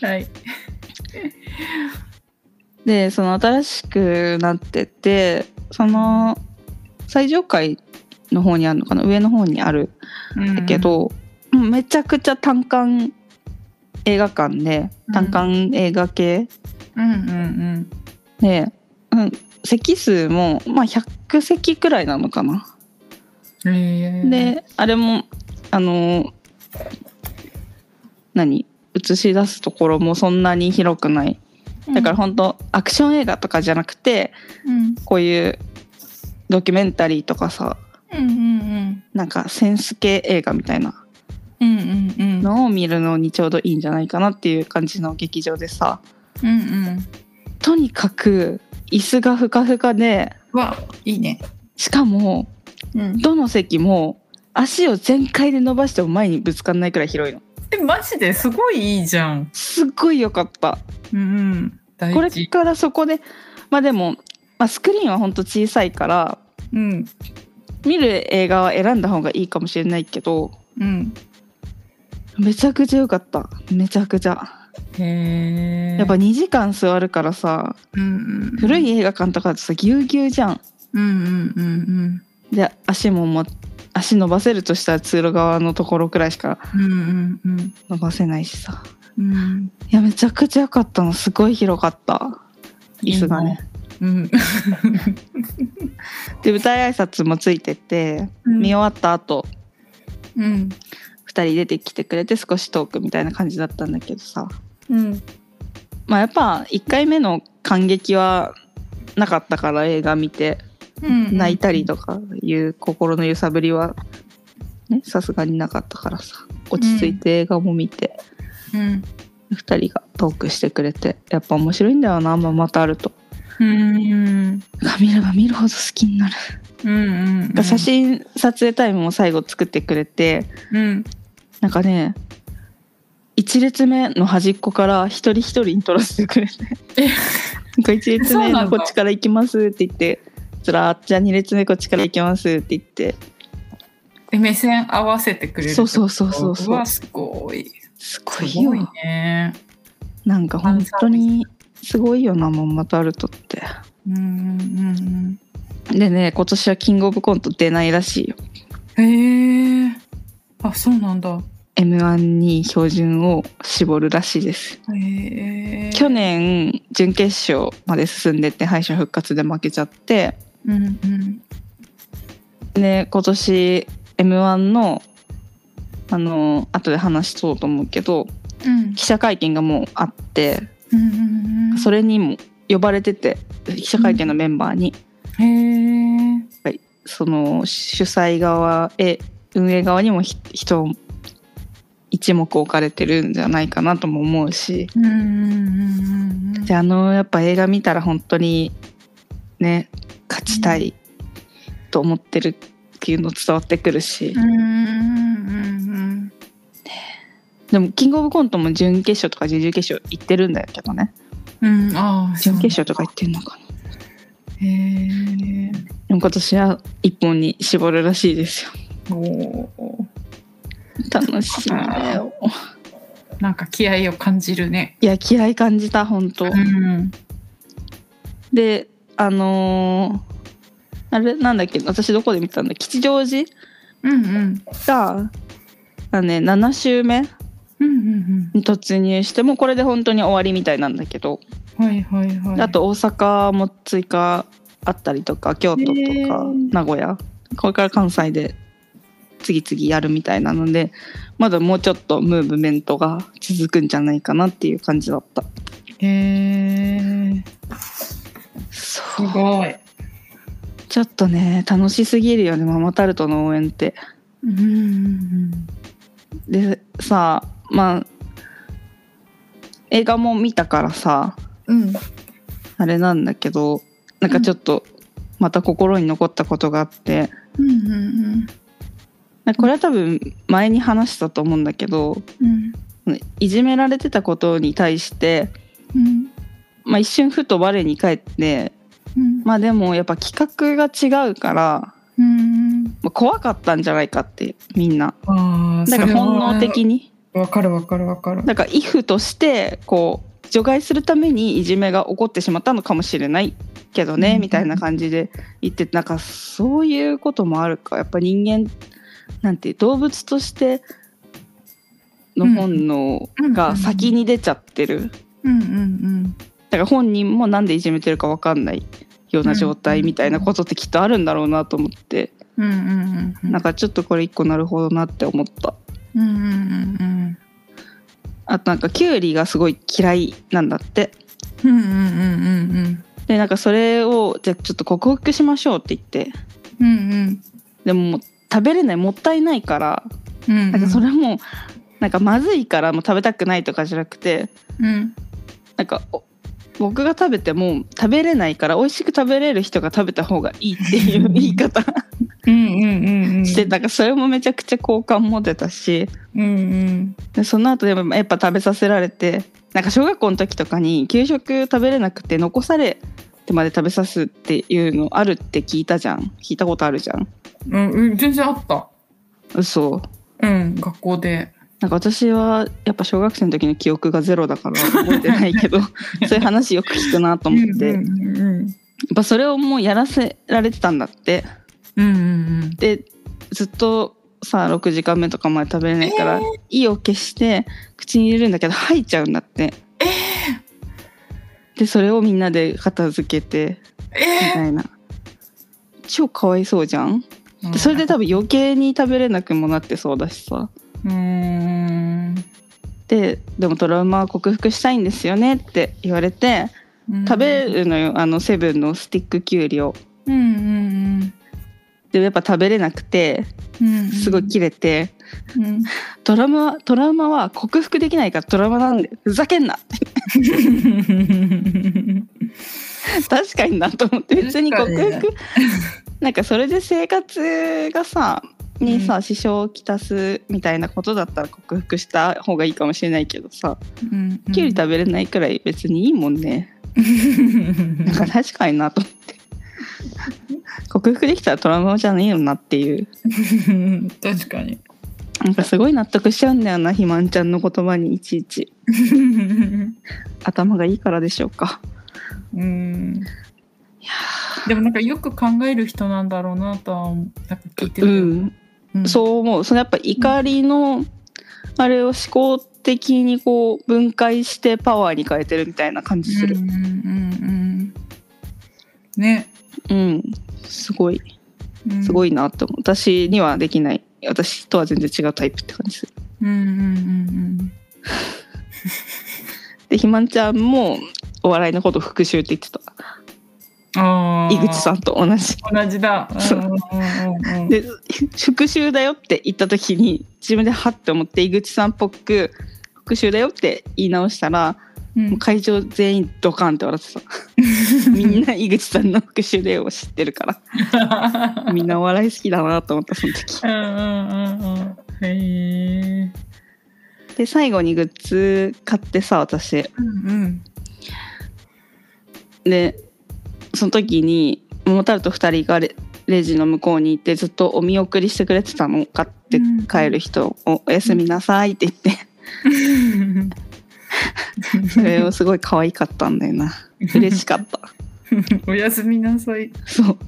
Speaker 2: はい
Speaker 1: でその新しくなっててその最上階の方にあるのかな上の方にあるんだけど、もうめちゃくちゃ単館映画館で
Speaker 2: うん
Speaker 1: 単館映画系
Speaker 2: うんうん
Speaker 1: で、うん、席数も、まあ、100席くらいなのかな。
Speaker 2: うんへえ
Speaker 1: であれもあの何映し出すところもそんなに広くないだから本当アクション映画とかじゃなくて
Speaker 2: うん
Speaker 1: こういうドキュメンタリーとかさ
Speaker 2: うんうん
Speaker 1: なんかセンス系映画みたいな
Speaker 2: うんうんうんうん
Speaker 1: のを見るのにちょうどいいんじゃないかなっていう感じの劇場でさ
Speaker 2: うんうん
Speaker 1: とにかく椅子がふかふかで
Speaker 2: わいいね
Speaker 1: しかも
Speaker 2: うん
Speaker 1: どの席も足を全開で伸ばしても前にぶつかんないくらい広いの
Speaker 2: えマジですごいいいじゃん
Speaker 1: すっごい良かった
Speaker 2: うんうん大事
Speaker 1: これからそこでまあでも、まあ、スクリーンはほんと小さいから
Speaker 2: うん
Speaker 1: 見る映画は選んだ方がいいかもしれないけど
Speaker 2: うん
Speaker 1: めちゃくちゃ良かっためちゃくちゃ。
Speaker 2: へえ
Speaker 1: やっぱ2時間座るからさ
Speaker 2: うんうん
Speaker 1: 古い映画館とかだとさぎゅうぎゅうじゃん。
Speaker 2: うんうんうん
Speaker 1: で足もも足伸ばせるとしたら通路側のところくらいしか
Speaker 2: うんうんうん
Speaker 1: 伸ばせないしさ
Speaker 2: うんうん
Speaker 1: いやめちゃくちゃ良かったのすごい広かった椅子がね。
Speaker 2: うん
Speaker 1: で舞台挨拶もついてて見終わった後
Speaker 2: うん
Speaker 1: 二2人出てきてくれて少しトークみたいな感じだったんだけどさ
Speaker 2: うん
Speaker 1: まあやっぱ1回目の感激はなかったから映画見て
Speaker 2: うん
Speaker 1: 泣いたりとかいう心の揺さぶりはねさすがになかったからさ落ち着いて映画も見て、
Speaker 2: うん
Speaker 1: 二2人がトークしてくれてやっぱ面白いんだよなママタルト
Speaker 2: うん
Speaker 1: が見れば見るほど好きになる、
Speaker 2: うんうん
Speaker 1: 写真撮影タイムも最後作ってくれて
Speaker 2: うん
Speaker 1: なんかね1列目の端っこから一人一人に撮らせてくれて
Speaker 2: え
Speaker 1: なんか1列
Speaker 2: そう
Speaker 1: 目
Speaker 2: な
Speaker 1: の
Speaker 2: ん
Speaker 1: こ
Speaker 2: だ
Speaker 1: っちから行きますって言ってずらーっじゃあ2列目こっちから行きますって言って
Speaker 2: え目線合わせてくれるって
Speaker 1: そ
Speaker 2: こ
Speaker 1: う
Speaker 2: と
Speaker 1: そうそうそうそう
Speaker 2: うわすごい
Speaker 1: す
Speaker 2: す
Speaker 1: ごい
Speaker 2: ごい
Speaker 1: よ
Speaker 2: ね
Speaker 1: なんか本当にすごいよなママタルトって
Speaker 2: うんうん
Speaker 1: でね今年はキングオブコント出ないらしいよ
Speaker 2: うんへえあそうなんだ
Speaker 1: m 1に標準を絞るらしいです
Speaker 2: へえ
Speaker 1: 去年準決勝まで進んでて敗者復活で負けちゃって
Speaker 2: うんうん
Speaker 1: で今年 m 1のあの後で話しそうと思うけど
Speaker 2: うん
Speaker 1: 記者会見がもうあって
Speaker 2: うんうん
Speaker 1: それにも呼ばれてて記者会見のメンバーに、
Speaker 2: へえ
Speaker 1: その主催側へ運営側にもひ人を一目置かれてるんじゃないかなとも思うし
Speaker 2: うんうんうんうん
Speaker 1: であのやっぱ映画見たら本当にね勝ちたいと思ってるっていうの伝わってくるし、
Speaker 2: うんうんうん
Speaker 1: でも「キングオブコント」も準決勝とか準々決勝行ってるんだけどね
Speaker 2: うんうんああ
Speaker 1: 準決勝とか行ってんのかな
Speaker 2: へえ
Speaker 1: でも今年は一本に絞るらしいですよ
Speaker 2: おお
Speaker 1: 楽しみだよ
Speaker 2: なんか気合を感じるね
Speaker 1: いや気合感じた本当、
Speaker 2: うん
Speaker 1: であのーあれなんだっけ私どこで見たんだ吉祥寺
Speaker 2: うんうん
Speaker 1: が、あのね、7週目
Speaker 2: うんうん
Speaker 1: に突入してもうこれで本当に終わりみたいなんだけど、
Speaker 2: うん。はいはいはい。
Speaker 1: あと大阪も追加あったりとか京都と
Speaker 2: へ
Speaker 1: か
Speaker 2: ー
Speaker 1: 名古屋これから関西で次々やるみたいなのでまだもうちょっとムーブメントが続くんじゃないかなっていう感じだった。
Speaker 2: へえ。
Speaker 1: そ
Speaker 2: すごい。
Speaker 1: ちょっとね楽しすぎるよねママタルトの応援って。
Speaker 2: うんうんうん。
Speaker 1: でさまあ映画も見たからさ
Speaker 2: うん。
Speaker 1: あれなんだけどなんかちょっとまた心に残ったことがあって
Speaker 2: うんうん
Speaker 1: なんかこれは多分前に話したと思うんだけど
Speaker 2: うん。うん
Speaker 1: いじめられてたことに対して、
Speaker 2: うん
Speaker 1: まあ、一瞬ふと我に返って
Speaker 2: うん。
Speaker 1: まあでもやっぱ企画が違うから、
Speaker 2: うん。
Speaker 1: まあ、怖かったんじゃないかってみんな
Speaker 2: ああ、
Speaker 1: だから本能的に
Speaker 2: わかるわかるわかる。
Speaker 1: なんかイフとしてこう除外するためにいじめが起こってしまったのかもしれないけどね、
Speaker 2: うん
Speaker 1: みたいな感じで言ってなんかそういうこともあるかやっぱ人間なんて動物としての本能が先に出ちゃってる、だ
Speaker 2: うんうん
Speaker 1: から本人もなんでいじめてるか分かんないような状態みたいなことってきっとあるんだろうなと思って、
Speaker 2: うん。うんうんうん。
Speaker 1: なんかちょっとこれ一個なるほどなって思った。
Speaker 2: うんうんうん
Speaker 1: あとなんかキュウリがすごい嫌いなんだって
Speaker 2: うん。うんうんうんうん
Speaker 1: でなんかそれをじゃあちょっと克服しましょうって言って
Speaker 2: うん。うん
Speaker 1: でももう食べれないもったいないから
Speaker 2: うん。
Speaker 1: なんかそれもなんかまずいからもう食べたくないとかじゃなくて
Speaker 2: うん
Speaker 1: なんかお僕が食べても食べれないから美味しく食べれる人が食べた方がいいって いう言い方
Speaker 2: うんうんうんうん。
Speaker 1: してなんかそれもめちゃくちゃ好感持てたし
Speaker 2: うんうん
Speaker 1: でその後でもやっぱ食べさせられてなんか小学校の時とかに給食食べれなくて残されてまで食べさすっていうのあるって聞いたじゃん聞いたことあるじゃん
Speaker 2: うんうん全然あった
Speaker 1: 嘘
Speaker 2: うん学校で
Speaker 1: なんか私はやっぱ小学生の時の記憶がゼロだから覚えてない けどそういう話よく聞くなと
Speaker 2: と
Speaker 1: 思って、
Speaker 2: う
Speaker 1: やっ
Speaker 2: んうん
Speaker 1: ぱそれをもうやらせられてたんだって
Speaker 2: うんうん
Speaker 1: でずっとさ6時間目とかまで食べれないから、
Speaker 2: え
Speaker 1: 意を決して口に入れるんだけど吐いちゃうんだって
Speaker 2: え
Speaker 1: でそれをみんなで片付けてみ
Speaker 2: え
Speaker 1: たいな超かわいそうじゃん
Speaker 2: ー
Speaker 1: でそれで多分余計に食べれなくもなってそうだしさ
Speaker 2: うーん
Speaker 1: ででもトラウマは克服したいんですよねって言われて
Speaker 2: うん
Speaker 1: 食べるのよあのセブンのスティックきゅうりを
Speaker 2: うんうん
Speaker 1: でやっぱ食べれなくて
Speaker 2: うんうん
Speaker 1: すごい切れて、
Speaker 2: うん
Speaker 1: トラウマトラウマは克服できないからトラウマなんでふざけ んな確かになと思って別に克
Speaker 2: 確かに
Speaker 1: 服 なんかそれで生活がさにさ、
Speaker 2: う
Speaker 1: 支障をきたすみたいなことだったら克服した方がいいかもしれないけどさ、
Speaker 2: うんうん
Speaker 1: きゅうり食べれないくらい別にいいもんね、なんか確かになと思って克服できたらトラウマじゃねえよなっていう
Speaker 2: 確かに
Speaker 1: なんかすごい納得しちゃうんだよなひまんちゃんの言葉にいちいち頭がいいからでしょうか
Speaker 2: うん
Speaker 1: いや
Speaker 2: でもなんかよく考える人なんだろうなとはなんか聞いて
Speaker 1: う
Speaker 2: る、
Speaker 1: ん、
Speaker 2: うん
Speaker 1: そう思うそのやっぱ怒りのあれを思考的にこう分解してパワーに変えてるみたいな感じする
Speaker 2: うんうんうんうんね
Speaker 1: うん、すごいす
Speaker 2: い
Speaker 1: ごいなと思う私にはできない私とは全然違うタイプって感じする
Speaker 2: うんうんうん
Speaker 1: でひまんちゃんもお笑いのこと復讐って言ってた
Speaker 2: うんあー
Speaker 1: 井口さんと同じ
Speaker 2: 同じだ
Speaker 1: そう
Speaker 2: うんうんうんうん
Speaker 1: で「復讐だよ」って言った時に自分でハッて思って井口さんっぽく「復讐だよ」って言い直したら
Speaker 2: うん
Speaker 1: もう会場全員ドカンって笑ってたみんな井口さんの復讐だよを知ってるからみんなお笑い好きだなと思ったその時
Speaker 2: うんうんうんうんへえ
Speaker 1: で最後にグッズ買ってさ私
Speaker 2: うんうん
Speaker 1: でその時に桃太郎と2人がレレジの向こうに行ってずっとお見送りしてくれてたの買って帰る人を「おやすみなさい」って言ってそれをすごい可愛かったんだよな嬉しかった
Speaker 2: おやすみなさい
Speaker 1: そう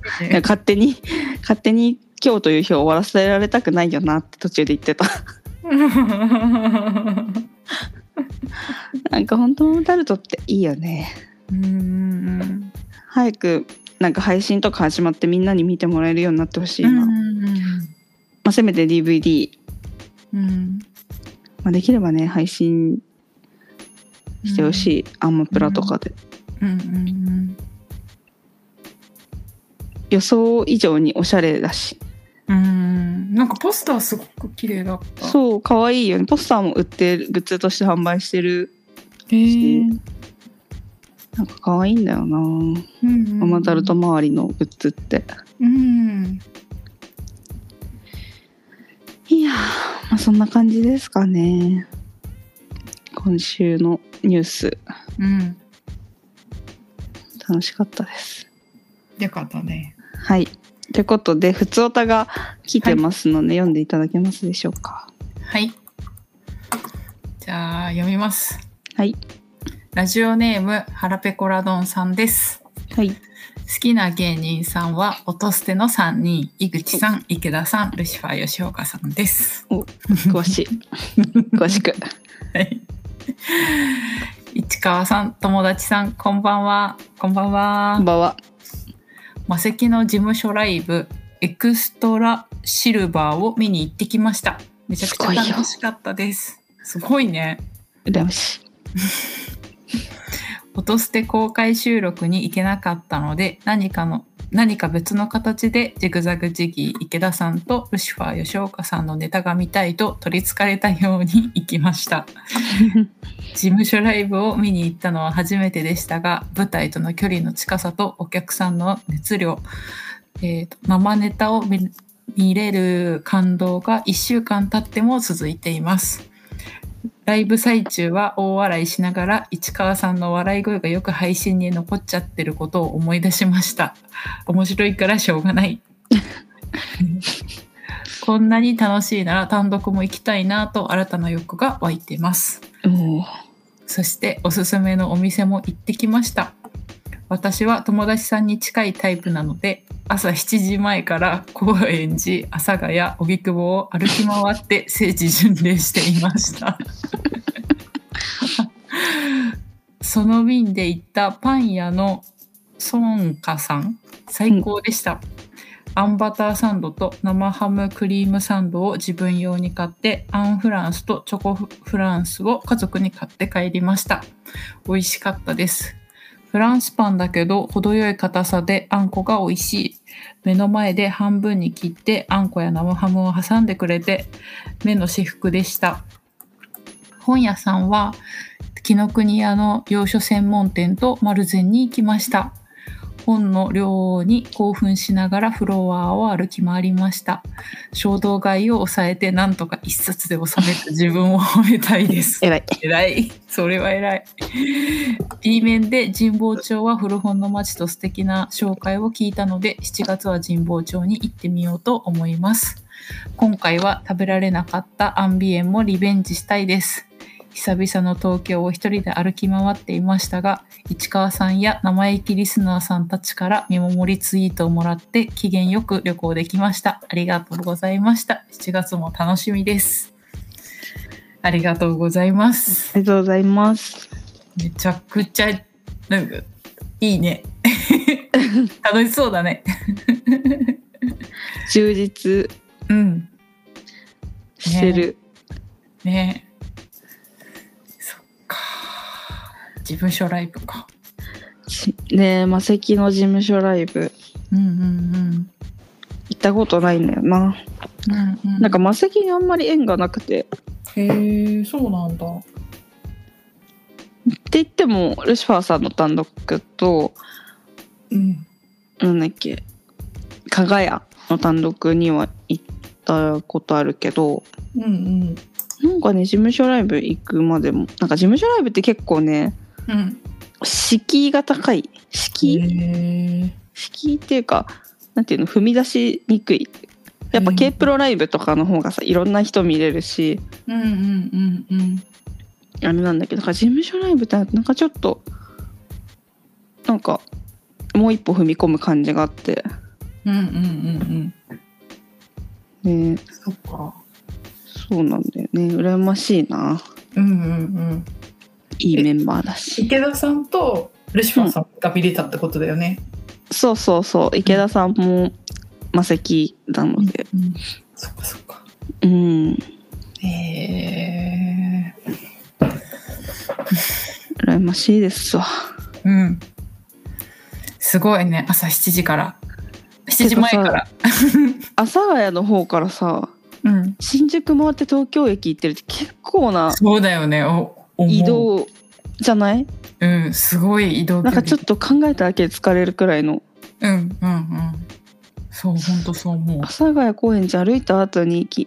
Speaker 1: 勝手に勝手に今日という日を終わらせられたくないよなって途中で言ってた
Speaker 2: うん
Speaker 1: なんか本当のタルトっていいよね
Speaker 2: うんうんうん
Speaker 1: 早くなんか配信とか始まってみんなに見てもらえるようになってほしいな、まあ、せめて DVD、
Speaker 2: うんうん
Speaker 1: まあ、できればね配信してほしい、アンマプラとかで、
Speaker 2: うんうんうん
Speaker 1: 予想以上におしゃれだし
Speaker 2: うんなんかポスターすごく綺麗だったう
Speaker 1: そう可愛いよねポスターも売ってるグッズとして販売してる
Speaker 2: へえ
Speaker 1: なんか可愛いんだよな、ママタルト周りのグッズって
Speaker 2: うん
Speaker 1: いやー、まあ、そんな感じですかね今週のニュース
Speaker 2: うん
Speaker 1: 楽しかったです
Speaker 2: よかったね
Speaker 1: はい。ということで、ふつおたが来てますので、読んでいただけますでしょうか。
Speaker 2: はいじゃあ読みます
Speaker 1: はい。
Speaker 2: ラジオネームハラペコラドンさんです
Speaker 1: はい。
Speaker 2: 好きな芸人さんは音捨ての3人井口さん池田さんルシファー吉岡さんです
Speaker 1: お詳し い。詳しく。
Speaker 2: はい市川さん友達さんこんばんはこんばん
Speaker 1: こん
Speaker 2: は
Speaker 1: ばんは。
Speaker 2: 魔石の事務所ライブエクストラシルバーを見に行ってきましためちゃくちゃ
Speaker 1: すごいよ
Speaker 2: 楽しかったですすごいね
Speaker 1: うらやましい。
Speaker 2: 音捨て公開収録に行けなかったので何かの何か別の形でジグザグジギー池田さんとルシファー吉岡さんのネタが見たいと取りつかれたように行きました事務所ライブを見に行ったのは初めてでしたが舞台との距離の近さとお客さんの熱量、えーと生ネタを見見れる感動が1週間経っても続いていますライブ最中は大笑いしながら市川さんの笑い声がよく配信に残っちゃってることを思い出しました面白いからしょうがないこんなに楽しいなら単独も行きたいなと新たな欲が湧いてます
Speaker 1: も
Speaker 2: そしておすすめのお店も行ってきました。私は友達さんに近いタイプなので、朝7時前から高円寺、阿佐ヶ谷、荻窪を歩き回って聖地巡礼していました。 その便で行ったパン屋のソンカさん、最高でした。あん、アンバターサンドと生ハムクリームサンドを自分用に買って、アンフランスとチョコフランスを家族に買って帰りました。美味しかったです。フランスパンだけど程よい硬さであんこが美味しい。目の前で半分に切ってあんこや生ハムを挟んでくれて目の至福でした。本屋さんは紀ノ国屋の洋書専門店と丸善に行きました。本の量に興奮しながらフロアを歩き回りました。衝動買いを抑えてなんとか一冊で収めた自分を褒めたいです
Speaker 1: う、。偉い。
Speaker 2: 偉い。それは偉い。B 面で神保町は古本の街と素敵な紹介を聞いたので、7月は神保町に行ってみようと思います。今回は食べられなかったアンビエンもリベンジしたいです。久々の東京を一人で歩き回っていましたが、市川さんや生意気リスナーさんたちから見守りツイートをもらって、機嫌よく旅行できました。ありがとうございました。7月も楽しみです。ありがとうございます
Speaker 1: あ。りがとうございます。
Speaker 2: めちゃくちゃ、なんか、いい ね。楽しそうだね。
Speaker 1: 充実
Speaker 2: うん。
Speaker 1: してる。
Speaker 2: ねそっか。事務所ライブか。
Speaker 1: しねえ、魔石の事務所ライブ。
Speaker 2: うんうん
Speaker 1: 行ったことないんだよな。
Speaker 2: うん。うんうん、
Speaker 1: なんか、魔石にあんまり縁がなくて。
Speaker 2: へえ、そうなんだ。
Speaker 1: って言っても、ルシファーさんの単独と、
Speaker 2: うん。
Speaker 1: なんだっけ、加賀屋の単独には行ったことあるけど、
Speaker 2: うんうん。
Speaker 1: なんかね事務所ライブ行くまでもなんか事務所ライブって結構ね
Speaker 2: うん。
Speaker 1: 敷居が高い敷居、
Speaker 2: へ
Speaker 1: 敷居っていうかなんていうの踏み出しにくいやっぱ
Speaker 2: うん
Speaker 1: k プロライブとかの方がさいろんな人見れるし
Speaker 2: うんうんうんうん。
Speaker 1: あれなんだけどなんか事務所ライブってなんかちょっとなんかもう一歩踏み込む感じがあって
Speaker 2: うんうんうんうん。
Speaker 1: ね
Speaker 2: そっか。
Speaker 1: そうなんだよね羨ましいな
Speaker 2: うんうんうん
Speaker 1: いいメンバーだし
Speaker 2: 池田さんとルシファーさんが見れたってことだよね、
Speaker 1: そうそうそう池田さんも魔石なので
Speaker 2: うんそっかそっか
Speaker 1: うん
Speaker 2: え
Speaker 1: 羨ましいですわ
Speaker 2: ー、うんすごいね朝7時から7時前から
Speaker 1: 阿佐ヶ谷の方からさ
Speaker 2: うん
Speaker 1: 新宿回って東京駅行ってるって結構な
Speaker 2: そうだよねお思う
Speaker 1: 移動じゃない
Speaker 2: うんすごい移動距
Speaker 1: なんか
Speaker 2: 離
Speaker 1: ちょっと考えただけで疲れるくらいの
Speaker 2: うんうんうんそう本当そう思う
Speaker 1: 阿佐ヶ谷公園じゃ歩いた後に行き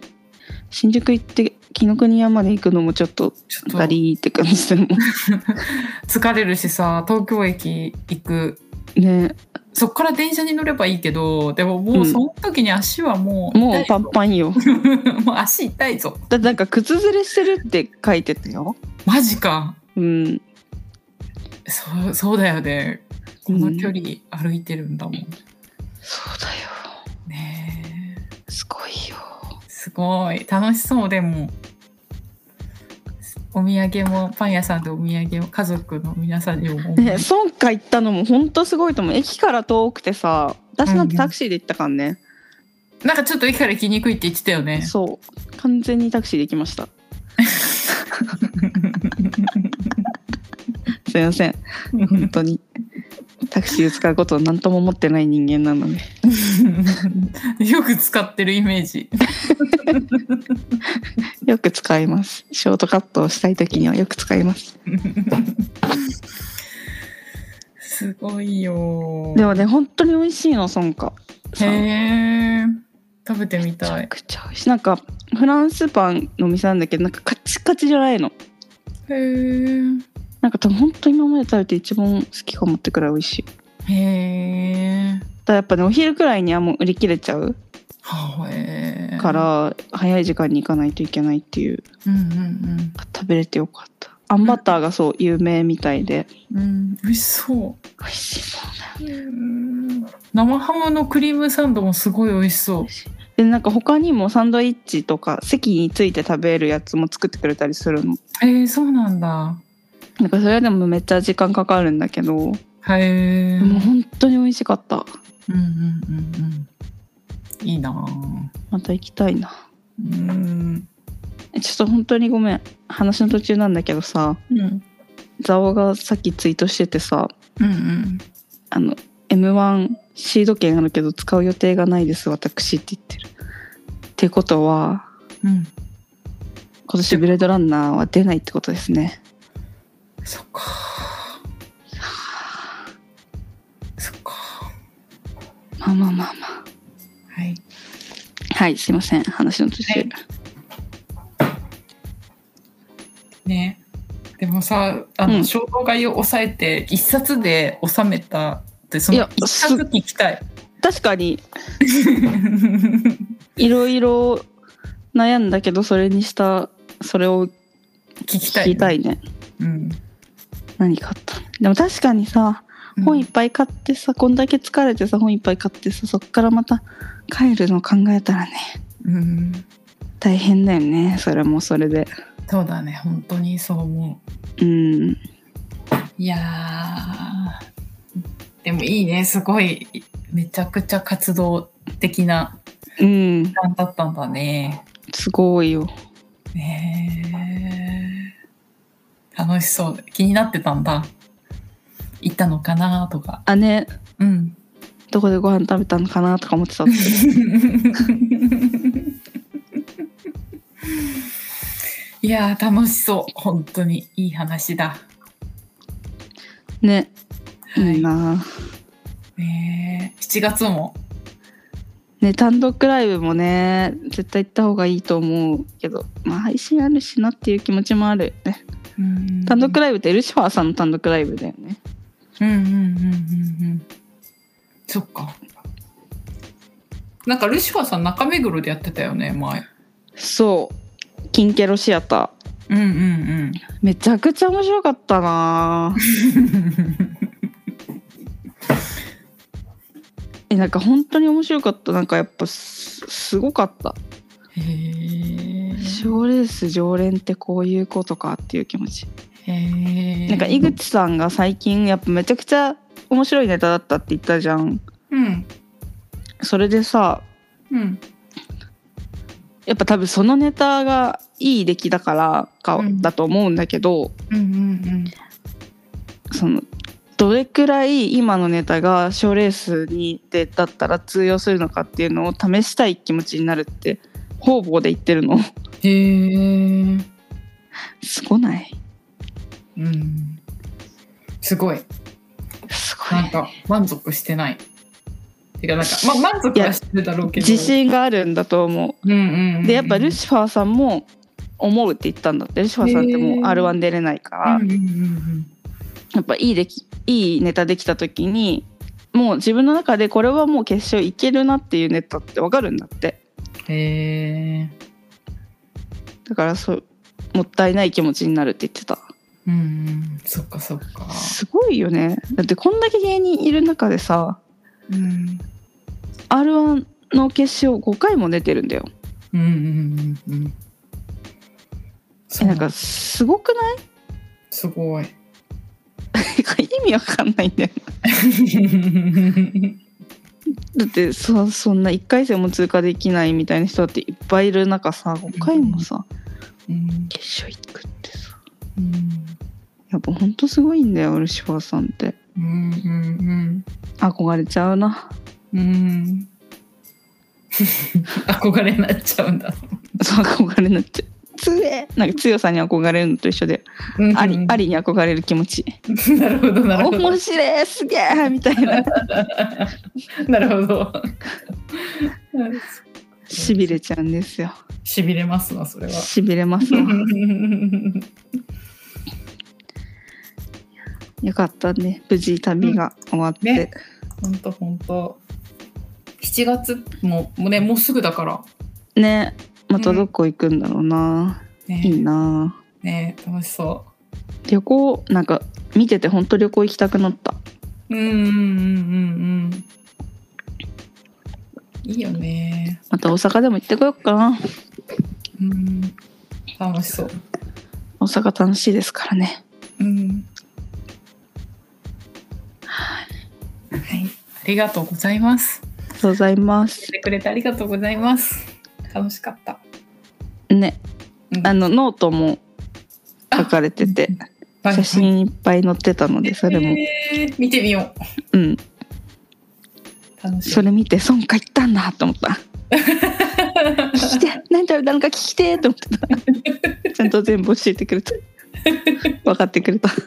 Speaker 1: 新宿行って紀ノ国山まで行くのもちょっと
Speaker 2: ちょ
Speaker 1: だ
Speaker 2: っと
Speaker 1: りーって感じで も
Speaker 2: 疲れるしさ東京駅行く
Speaker 1: ね
Speaker 2: そっから電車に乗ればいいけどでももううんその時に足はもう
Speaker 1: もうパンパンよ
Speaker 2: ン もう足痛いぞ
Speaker 1: だってなんか靴ずれしてるって書いてたよ
Speaker 2: マジか
Speaker 1: うん
Speaker 2: そうそうだよねこの距離歩いてるんだもん、
Speaker 1: そうだよ
Speaker 2: ね
Speaker 1: すごいよ
Speaker 2: えすごい楽しそうでもお土産もパン屋さんでお土産を家族の皆さん にもお土産
Speaker 1: ね孫家行ったのもほんとすごいと思う駅から遠くてさ私なんてタクシーで行ったからね、
Speaker 2: なんかちょっと駅から行きにくいって言ってたよね
Speaker 1: そう完全にタクシーで行きま したすいません本当にタクシーを使うことを何とも思ってない人間なので
Speaker 2: よく使ってるイメージ
Speaker 1: よく使いますショートカットをしたい時にはよく使います
Speaker 2: すごいよ
Speaker 1: でもね本当に美味しいのソンカ
Speaker 2: へ
Speaker 1: さん
Speaker 2: え食べてみ
Speaker 1: めち
Speaker 2: た
Speaker 1: ゃ
Speaker 2: い
Speaker 1: くちゃ美味しいなんかフランスパンの店なんだけどなんかカチカチじゃないの
Speaker 2: へえ
Speaker 1: なんか多分本当今まで食べて一番好きかもってくらい美味しい
Speaker 2: へえ
Speaker 1: ただやっぱねお昼くらいにはもう売り切れちゃう
Speaker 2: はえ
Speaker 1: から早い時間に行かないといけないっていう
Speaker 2: うんうん
Speaker 1: 食べれてよかったあんバターがそう有名みたいで
Speaker 2: うんうん美味しそう
Speaker 1: 美味しそうだよ
Speaker 2: 生ハムのクリームサンドもすごい美味しそう
Speaker 1: でなんか他にもサンドイッチとか席について食べるやつも作ってくれたりするの
Speaker 2: えー、そうなんだ
Speaker 1: なんかそれでもめっちゃ時間かかるんだけども
Speaker 2: へえ
Speaker 1: う本当に美味しかった
Speaker 2: うんうんうんうんいいなぁ
Speaker 1: また行きたいな
Speaker 2: うん
Speaker 1: えちょっと本当にごめん話の途中なんだけどさ
Speaker 2: うん
Speaker 1: ザオがさっきツイートしててさ
Speaker 2: うんうん
Speaker 1: あの M1 シード権あるけど使う予定がないです私って言ってるってことは
Speaker 2: うん
Speaker 1: 今年ブレードランナーは出ないってことですね
Speaker 2: そっかそっか
Speaker 1: まあまあまあまあ
Speaker 2: はい
Speaker 1: はいすいません話の途中、
Speaker 2: ねねでもさあ
Speaker 1: う
Speaker 2: の
Speaker 1: ん
Speaker 2: 衝動買いを抑えて一冊で収めたってそ
Speaker 1: い
Speaker 2: の
Speaker 1: や
Speaker 2: 一冊聞き たい
Speaker 1: 確かにいろいろ悩んだけどそれにしたそれを
Speaker 2: 聞きた
Speaker 1: 聞き
Speaker 2: い
Speaker 1: たいね
Speaker 2: うん
Speaker 1: 何買ったのでも確かにさ
Speaker 2: うん
Speaker 1: 本いっぱい買ってさ、こんだけ疲れてさ本いっぱい買ってさそっからまた帰るの考えたらね
Speaker 2: うん
Speaker 1: 大変だよねそれもそれで
Speaker 2: そうだね本当にそう思
Speaker 1: う
Speaker 2: う
Speaker 1: ん
Speaker 2: いやーでもいいねすごいめちゃくちゃ活動的な
Speaker 1: うん
Speaker 2: 時間だったんだね
Speaker 1: すごいよ
Speaker 2: ねー楽しそう気になってたんだ行ったのかなとか
Speaker 1: あね
Speaker 2: うん
Speaker 1: どこでご飯食べたのかなとか思ってた
Speaker 2: いやー楽しそう本当にいい話だ
Speaker 1: ね
Speaker 2: はい
Speaker 1: いいな
Speaker 2: ねー7月も
Speaker 1: ね単独ライブもね絶対行った方がいいと思うけどまあ配信あるしなっていう気持ちもあるよね単独ライブってルシファーさんの単独ライブだよね
Speaker 2: うんうんうんうんうんそっかなんかルシファーさん中目黒でやってたよね前
Speaker 1: そうキンケロシアター
Speaker 2: うんうん
Speaker 1: めちゃくちゃ面白かった なぁえなんか本当に面白かったなんかやっぱすすごかった
Speaker 2: うんへえ
Speaker 1: 賞レース常連ってこういうことかっていう気持ち
Speaker 2: へえ
Speaker 1: なんか井口さんが最近やっぱめちゃくちゃ面白いネタだったって言ったじゃん
Speaker 2: うん
Speaker 1: それでさ
Speaker 2: うん
Speaker 1: やっぱ多分そのネタがいい出来だからか
Speaker 2: うん
Speaker 1: だと思うんだけど、
Speaker 2: うんうん
Speaker 1: そのどれくらい今のネタが賞レースにでだったら通用するのかっていうのを試したい気持ちになるって方々で言ってるの
Speaker 2: うんへえ
Speaker 1: すごない
Speaker 2: うんすごい
Speaker 1: すご
Speaker 2: なん
Speaker 1: い
Speaker 2: か満足してないてかなんか、ま、満足はしてるだろうけど
Speaker 1: 自信があるんだと思
Speaker 2: うんうんうん
Speaker 1: うでやっぱルシファーさんも思うって言ったんだってルシファーさんってもう
Speaker 2: へー
Speaker 1: r 1出れないから、
Speaker 2: うんうんうん
Speaker 1: やっぱいいできいいネタできた時にもう自分の中でこれはもう決勝いけるなっていうネタってわかるんだって
Speaker 2: うんへえ
Speaker 1: だからそうもったいない気持ちになるって言ってた
Speaker 2: うんうんそっかそっか
Speaker 1: すごいよねだってこんだけ芸人いる中でさ
Speaker 2: うん
Speaker 1: r 1の決勝5回も出てるんだよ
Speaker 2: うんうんうんうんそ
Speaker 1: え
Speaker 2: う
Speaker 1: なんかすごくない
Speaker 2: すごい
Speaker 1: 意味わかんないんだよだってそそんな1回戦も通過できないみたいな人だっていっぱいいる中さ5回もさ
Speaker 2: うん
Speaker 1: 決勝行くってさ
Speaker 2: うん
Speaker 1: やっぱほんとすごいんだよルシファーさんって
Speaker 2: うんうん
Speaker 1: 憧れちゃうな
Speaker 2: うんうん憧れになっちゃうんだ。
Speaker 1: そう憧れになっちゃうつえなんか強さに憧れるのと一緒で、ありあ
Speaker 2: り。
Speaker 1: りに憧れる気持ち
Speaker 2: なるほどなるほど。
Speaker 1: 面白いすげえみたい な
Speaker 2: なるほど。
Speaker 1: しびれちゃうんですよ
Speaker 2: しびれますなそれは。
Speaker 1: しびれますわよかったね無事旅が終わって、
Speaker 2: うんね本当本当。7月ももうねもうすぐだから。
Speaker 1: ねまたどこ行くんだろうな、いい
Speaker 2: ね
Speaker 1: な
Speaker 2: ね楽しそ
Speaker 1: 旅行なんか見ててほんと旅行行きたくなった
Speaker 2: う。うんうんうんうんうん。いいよね。
Speaker 1: また大阪でも行ってこようかな
Speaker 2: うん。楽しそう。
Speaker 1: 大阪楽しいですからね
Speaker 2: うん。はい。ありがとうございます。
Speaker 1: ありがとうございます
Speaker 2: 来てくれてありがとうございます。楽しかった。
Speaker 1: ね
Speaker 2: うん
Speaker 1: あのノートも書かれてて写真いっぱい載ってたのでそれも
Speaker 2: えー見てみよ
Speaker 1: うん
Speaker 2: う。楽しい
Speaker 1: そ。れ見て損か行ったんだと思った聞きて 何食べたのか聞きてと思ってたちゃんと全部教えてく れた分かってくれた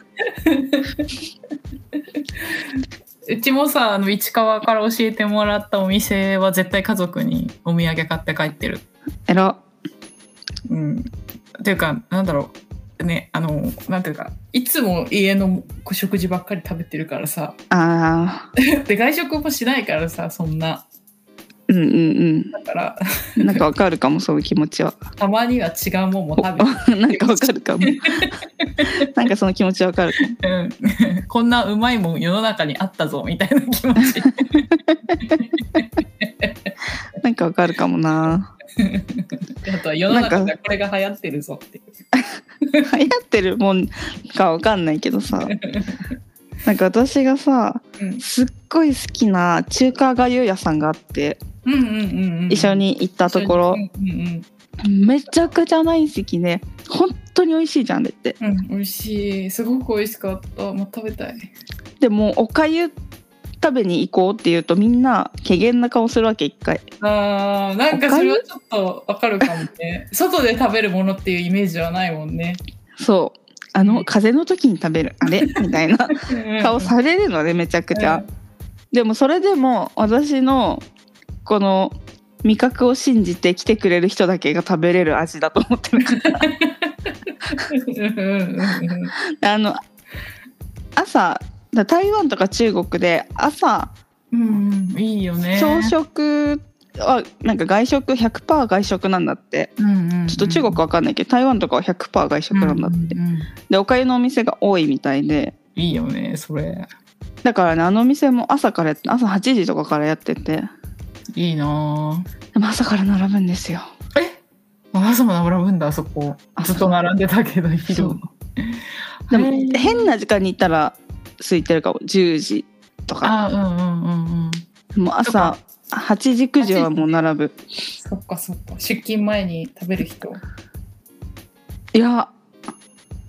Speaker 2: うちもさ、あの市川から教えてもらったお店は絶対家族にお土産買って帰ってる。
Speaker 1: えら
Speaker 2: うん。というか、なんだろう。ね、あの、なんていうか、いつも家の食事ばっかり食べてるからさ。
Speaker 1: あー
Speaker 2: で、外食もしないからさ、そんな。
Speaker 1: うんうん
Speaker 2: だから、
Speaker 1: うんなんかわかるかもそういう気持ちは
Speaker 2: たまには違うもんも食べ て
Speaker 1: なん かわかるかもなんかその気持ちわかるかも
Speaker 2: うんこんなうまいもん世の中にあったぞみたいな気持ち
Speaker 1: なんかわかるかもな
Speaker 2: あとは世の中でこれが流行ってるぞっていう
Speaker 1: 流行ってるもんかわかんないけどさなんか私がさ
Speaker 2: うん
Speaker 1: すっごい好きな中華がゆ屋さんがあって
Speaker 2: うんうんうんうん
Speaker 1: 一緒に行ったところ
Speaker 2: うんうん
Speaker 1: めちゃくちゃ大好きね本当に美味しいじゃんあれって
Speaker 2: うんうん美味しいすごく美味しかったもう食べたい
Speaker 1: でもおかゆ食べに行こうっていうとみんな怪げな顔するわけ一回
Speaker 2: あーなんかそれはちょっとわかるかも ね外で食べるものっていうイメージはないもんね
Speaker 1: そうあの風邪の時に食べるあ れみたいな顔されるのねめちゃくちゃ、
Speaker 2: うん
Speaker 1: でもそれでも私のこの味覚を信じて来てくれる人だけが食べれる味だと思っ てるか
Speaker 2: うんうんうんうん
Speaker 1: らあの朝だ台湾とか中国で朝
Speaker 2: うんうんいいよね
Speaker 1: 朝食はなんか外食100%外食なんだってちょっと中国わかんないけど台湾とかは100%外食なんだって、
Speaker 2: うんうんうん
Speaker 1: でおかゆのお店が多いみたいで
Speaker 2: いいよねそれ
Speaker 1: だからねあのお店も朝からやって朝8時とかからやってて
Speaker 2: いいなぁ
Speaker 1: でも朝から並ぶんですよ
Speaker 2: えマ朝も並ぶんだ、あそこ。
Speaker 1: あ
Speaker 2: ずっと並んでたけど、昼も。
Speaker 1: でも
Speaker 2: へー
Speaker 1: 変な時間に行ったら空いてるかも10時とか
Speaker 2: あ、うんうんうんうん。
Speaker 1: もう朝8時9時はもう並ぶ
Speaker 2: そっかそっか。出勤前に食べる人。
Speaker 1: いや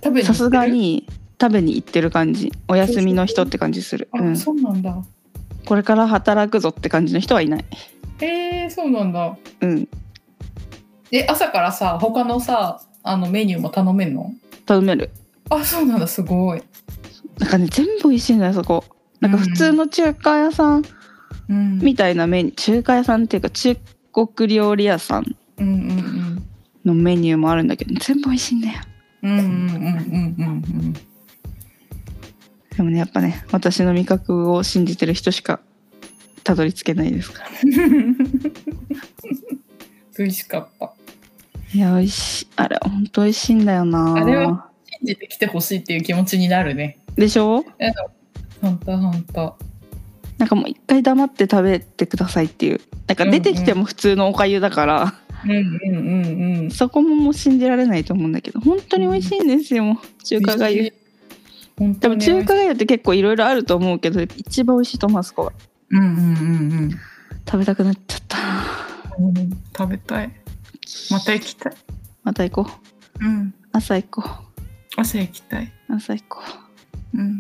Speaker 2: 食べに行ってる
Speaker 1: さすが。に食べに行ってる感じお休みの人って感じする、
Speaker 2: あ、
Speaker 1: うん、
Speaker 2: そうなんだ。
Speaker 1: これから働くぞって感じの人はいない
Speaker 2: えー、そうなんだ。
Speaker 1: うん
Speaker 2: え、朝からさ、他のさ、あのメニューも頼めんの
Speaker 1: 頼める
Speaker 2: あ、そうなんだ、すごい。
Speaker 1: なんかね全部美味しいんだよそこなんか普通の中華屋さん
Speaker 2: うん、
Speaker 1: みたいなメニュー中華屋さんっていうか中国料理屋さん
Speaker 2: うんうんうん。
Speaker 1: のメニューもあるんだけど全部美味しいんだよ
Speaker 2: うんうんうんうんうんうん。
Speaker 1: でもねやっぱね私の味覚を信じてる人しかたどり着けないですから
Speaker 2: 美味しかった。
Speaker 1: いや美味しいあれ本当美味しいんだよな
Speaker 2: あれは信じてきてほしいっていう気持ちになるね。
Speaker 1: でしょ
Speaker 2: 本当本当。
Speaker 1: なんかもう一回黙って食べてくださいっていうなんか出てきても普通のおかゆだから、
Speaker 2: うんうんうんうん。
Speaker 1: そこももう信じられないと思うんだけど本当に美味しいんですよ、中華がゆ。
Speaker 2: 本
Speaker 1: で
Speaker 2: 当
Speaker 1: も
Speaker 2: に
Speaker 1: 中華がゆって結構いろいろあると思うけど一番美味しいと思うあそこは
Speaker 2: うんうんうん
Speaker 1: 食べたくなっちゃった
Speaker 2: うんうん。食べたい。また行きたい。
Speaker 1: また行こう
Speaker 2: うん。
Speaker 1: 朝行こう
Speaker 2: 朝行きたい。
Speaker 1: 朝行こう
Speaker 2: うん。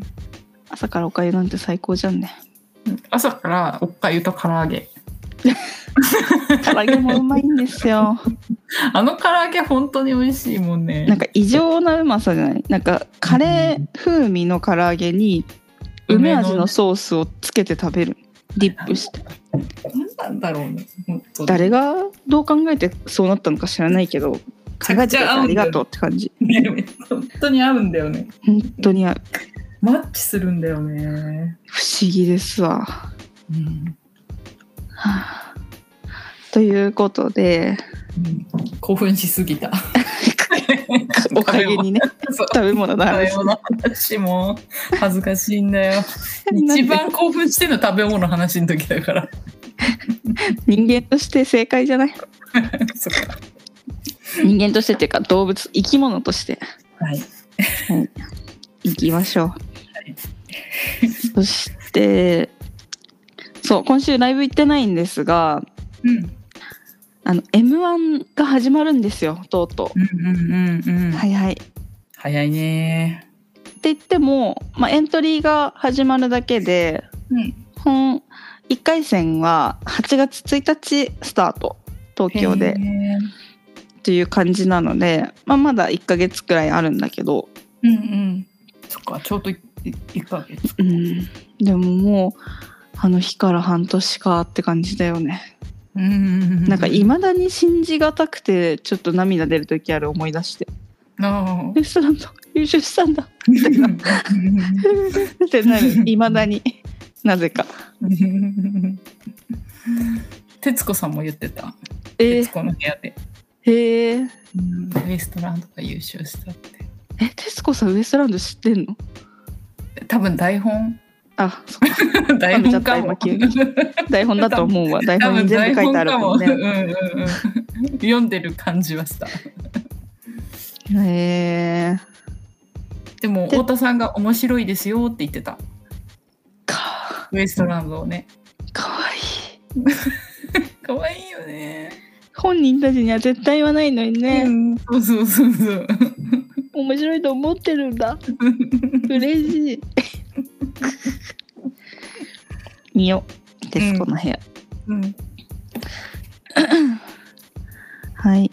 Speaker 1: 朝からおかゆなんて最高じゃんね
Speaker 2: 朝からおっかゆと唐揚げ。
Speaker 1: 唐揚げもうまいんです よ
Speaker 2: あの唐揚げ本当に美味しいもんね。
Speaker 1: なんか異常なうまさじゃないなんかカレー風味の唐揚げに梅味のソースをつけて食べるディップして
Speaker 2: 何なんだろうね。本当に
Speaker 1: 誰がどう考えてそうなったのか知らないけど考えてくれてありがとうって感じ
Speaker 2: ね本当に合うんだよね。
Speaker 1: 本当にあ
Speaker 2: マッチするんだよね。
Speaker 1: 不思議ですわ、
Speaker 2: うん。
Speaker 1: はあということで
Speaker 2: 興奮しす ぎた。
Speaker 1: おかげにね
Speaker 2: そう
Speaker 1: 食べ物の
Speaker 2: 食べ
Speaker 1: 話
Speaker 2: 物の話も恥ずかしいん だよ。一番興奮してるの食べ物の話の時だ から。
Speaker 1: 人間として正解じゃない
Speaker 2: そっか。
Speaker 1: 人間としてっていうか動物生き物として
Speaker 2: はい。
Speaker 1: 行きましょう。そして、そう、今週ライブ行ってないんですが、
Speaker 2: うん。
Speaker 1: あの、M1 が始まるんですよ、とうと
Speaker 2: うんうんうんうん。
Speaker 1: う。はいはい。って
Speaker 2: 早いね。
Speaker 1: 言っても、まあ、エントリーが始まるだけで、
Speaker 2: うん。
Speaker 1: 本、1回戦は8月1日スタート、東京で
Speaker 2: へー
Speaker 1: という感じなので、まあ、まだ1ヶ月くらいあるんだけど、
Speaker 2: うんうん。そっか、ちょうどい一ヶ月。
Speaker 1: うん。でももう、あの日から半年かって感じだよね。
Speaker 2: うん
Speaker 1: なんかいまだに信じがたくてちょっと涙出る時ある思い出して 「
Speaker 2: な
Speaker 1: レストランド優勝した んだ」
Speaker 2: あ。
Speaker 1: ってなるいまだになぜか
Speaker 2: 徹子さんも言ってた。
Speaker 1: え
Speaker 2: 徹
Speaker 1: ー、
Speaker 2: 子の部屋で。
Speaker 1: えー、
Speaker 2: うんウエストランドが優勝したって。
Speaker 1: え徹子さんウエストランド知ってんの
Speaker 2: 多分台本。
Speaker 1: あそっか
Speaker 2: 台
Speaker 1: 食べちゃっ
Speaker 2: 本
Speaker 1: た
Speaker 2: か
Speaker 1: 今
Speaker 2: も。
Speaker 1: 急に台本だと思うわ台
Speaker 2: 多
Speaker 1: 本
Speaker 2: 分
Speaker 1: に全
Speaker 2: 台
Speaker 1: 部書い
Speaker 2: 本
Speaker 1: てある
Speaker 2: か
Speaker 1: も
Speaker 2: も。
Speaker 1: ん
Speaker 2: うんうん
Speaker 1: ね
Speaker 2: うん。読んでる感じはした。
Speaker 1: へえー、
Speaker 2: でも
Speaker 1: で
Speaker 2: 太田さんが面白いですよって言ってた。
Speaker 1: か
Speaker 2: ウエストランドをね。
Speaker 1: かわいい
Speaker 2: 可愛いよね。
Speaker 1: 本人たちには絶対言わないのに
Speaker 2: う
Speaker 1: ね、
Speaker 2: んそうそうそうそう。
Speaker 1: 面白いと思ってるんだ嬉 しい見よう徹子の部屋、
Speaker 2: うん。。
Speaker 1: はい。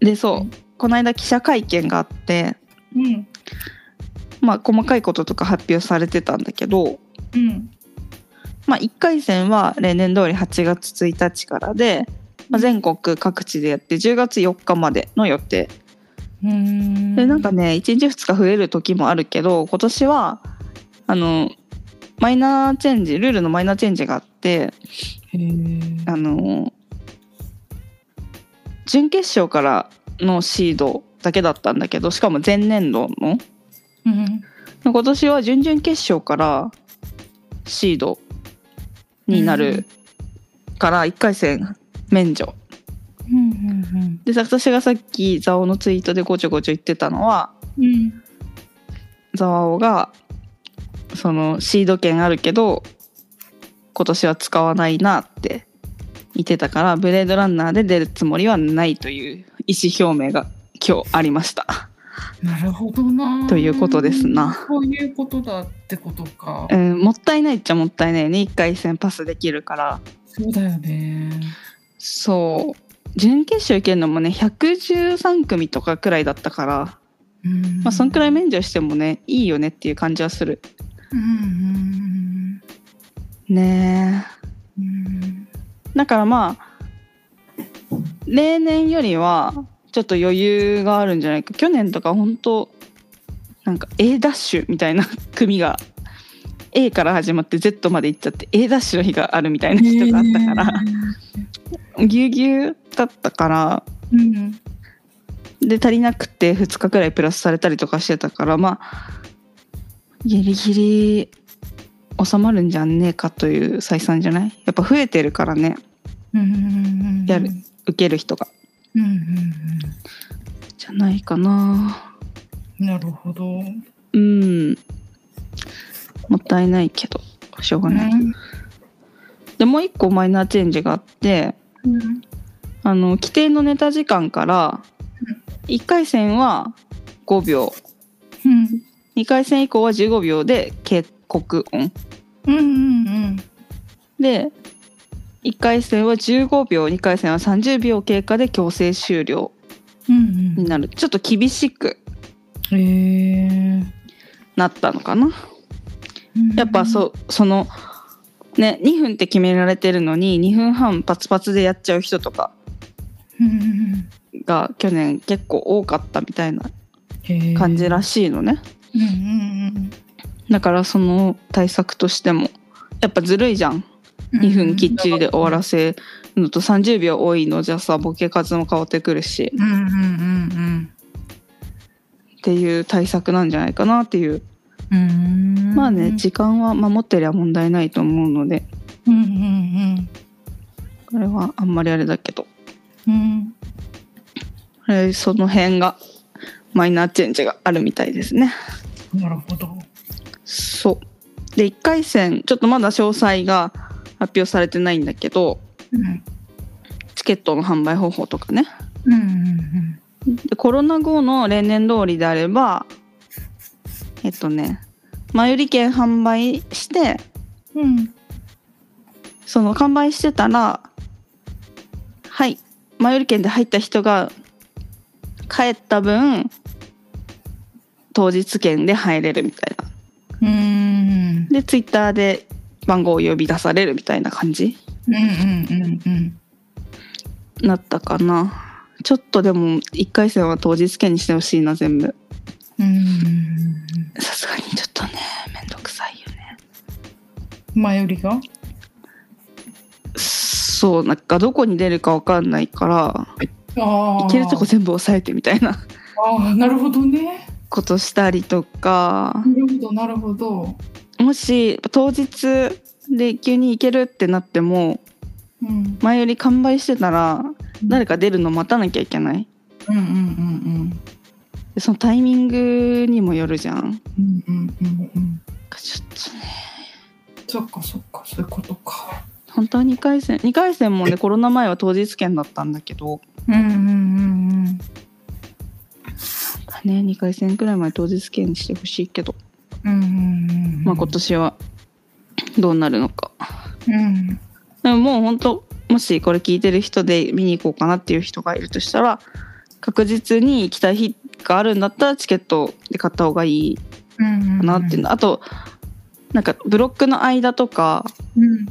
Speaker 1: で、そううんこの間記者会見があって、
Speaker 2: うん。
Speaker 1: まあ、細かいこととか発表されてたんだけど、
Speaker 2: うん。
Speaker 1: まあ、1回戦は例年通り8月1日からで、まあ、全国各地でやって10月4日までの予定。
Speaker 2: うん
Speaker 1: で、なんかね、1日2日増える時もあるけど、今年は、あの、マイナーチェンジ、ルールのマイナーチェンジがあって、
Speaker 2: へー
Speaker 1: あの、準決勝からのシードだけだったんだけど、しかも前年度の
Speaker 2: うん
Speaker 1: 今年は準々決勝からシードになるから1回戦免除
Speaker 2: うん
Speaker 1: で私がさっき蔵王のツイートでごちょごちょ言ってたのは
Speaker 2: うんうん
Speaker 1: 蔵王がそのシード権あるけど今年は使わないなって言ってたからブレードランナーで出るつもりはないという意思表明が今日ありました。
Speaker 2: なるほどな
Speaker 1: ということですな
Speaker 2: そういうことだってことか、
Speaker 1: うん、もったいないっちゃもったいないよね1回戦パスできるから
Speaker 2: そうだよね
Speaker 1: そう準決勝行けるのもね113組とかくらいだったから、
Speaker 2: うん
Speaker 1: まあ、そんくらい免除してもねいいよねっていう感じはする
Speaker 2: うんうん
Speaker 1: ね
Speaker 2: うんうん
Speaker 1: えだからまあ例年よりはちょっと余裕があるんじゃないか去年とか本当なんか A ダッシュみたいな組が A から始まって Z まで行っちゃって A ダッシュの日があるみたいな日とかあったから。
Speaker 2: ね
Speaker 1: ぎゅうぎゅうだったから
Speaker 2: えうん
Speaker 1: で足りなくて2日くらいプラスされたりとかしてたからまあギリギリ収まるんじゃねえかという採算じゃないやっぱ増えてるからね
Speaker 2: うんうんうんうん
Speaker 1: やる受ける人が
Speaker 2: うんうん
Speaker 1: じゃないかな
Speaker 2: うんなるほど
Speaker 1: うんもったいないけどしょうがない、でもう一個マイナーチェンジがあって
Speaker 2: うん
Speaker 1: あの規定のネタ時間から1回戦は5秒
Speaker 2: うん
Speaker 1: 2回戦以降は15秒で警告音
Speaker 2: うんうんうん
Speaker 1: で1回戦は15秒2回戦は30秒経過で強制終了
Speaker 2: うんう
Speaker 1: になるちょっと厳しく
Speaker 2: んへえ
Speaker 1: なったのかなやっぱ
Speaker 2: う
Speaker 1: そそのね2分って決められてるのに2分半パツパツでやっちゃう人とか
Speaker 2: んうんうん
Speaker 1: が去年結構多かったみたいな
Speaker 2: へえ
Speaker 1: 感じらしいのね
Speaker 2: うんうん
Speaker 1: だからその対策としてもやっぱずるいじゃん
Speaker 2: うん
Speaker 1: 2分きっちりで終わらせるのと30秒多いのじゃさボケ数も変わってくるし
Speaker 2: うんうんうん
Speaker 1: っていう対策なんじゃないかなっていう
Speaker 2: うんうん
Speaker 1: まあね時間は守ってりゃ問題ないと思うので
Speaker 2: うんうん
Speaker 1: これはあんまりあれだけど
Speaker 2: うんうん
Speaker 1: これその辺がマイナーチェンジがあるみたいですね
Speaker 2: なるほど
Speaker 1: そうで1回戦ちょっとまだ詳細が発表されてないんだけど
Speaker 2: うん
Speaker 1: チケットの販売方法とかね
Speaker 2: うんうん
Speaker 1: でコロナ後の例年通りであればえっとね前売り券販売して
Speaker 2: うんうん
Speaker 1: その完売してたらはい前売り券で入った人が帰った分当日券で入れるみたいな
Speaker 2: うんうん
Speaker 1: でツイッターで番号を呼び出されるみたいな感じ
Speaker 2: うんうんうん
Speaker 1: なったかなちょっとでも1回戦は当日券にしてほしいな全部
Speaker 2: うん
Speaker 1: さすがにちょっとねめんどくさいよね
Speaker 2: 前よりが
Speaker 1: そうなんかどこに出るかわかんないから
Speaker 2: ああ
Speaker 1: 行けるとこ全部押さえてみたいな
Speaker 2: ああなるほどね
Speaker 1: ことしたりとか
Speaker 2: なるほどなるほど
Speaker 1: もし当日で急に行けるってなっても
Speaker 2: うん
Speaker 1: 前より完売してたら誰
Speaker 2: か
Speaker 1: か出るの待たなきゃいけない
Speaker 2: うんうんうん
Speaker 1: でそのタイミングにもよるじゃん
Speaker 2: うんうんうんうんうん
Speaker 1: ちょっとね
Speaker 2: そっかそっかそういうことか
Speaker 1: 本当は2回戦2回戦もねコロナ前は当日券だったんだけど、
Speaker 2: うんうんうんうん
Speaker 1: ね、2回戦くらい前当日券にしてほしいけど、
Speaker 2: うんうん
Speaker 1: まあ、今年はどうなるのか
Speaker 2: うん
Speaker 1: でももう本当もしこれ聞いてる人で見に行こうかなっていう人がいるとしたら確実に行きたい日があるんだったらチケットで買った方がいい
Speaker 2: うん
Speaker 1: かなっていうのあとなんかブロックの間とか
Speaker 2: うん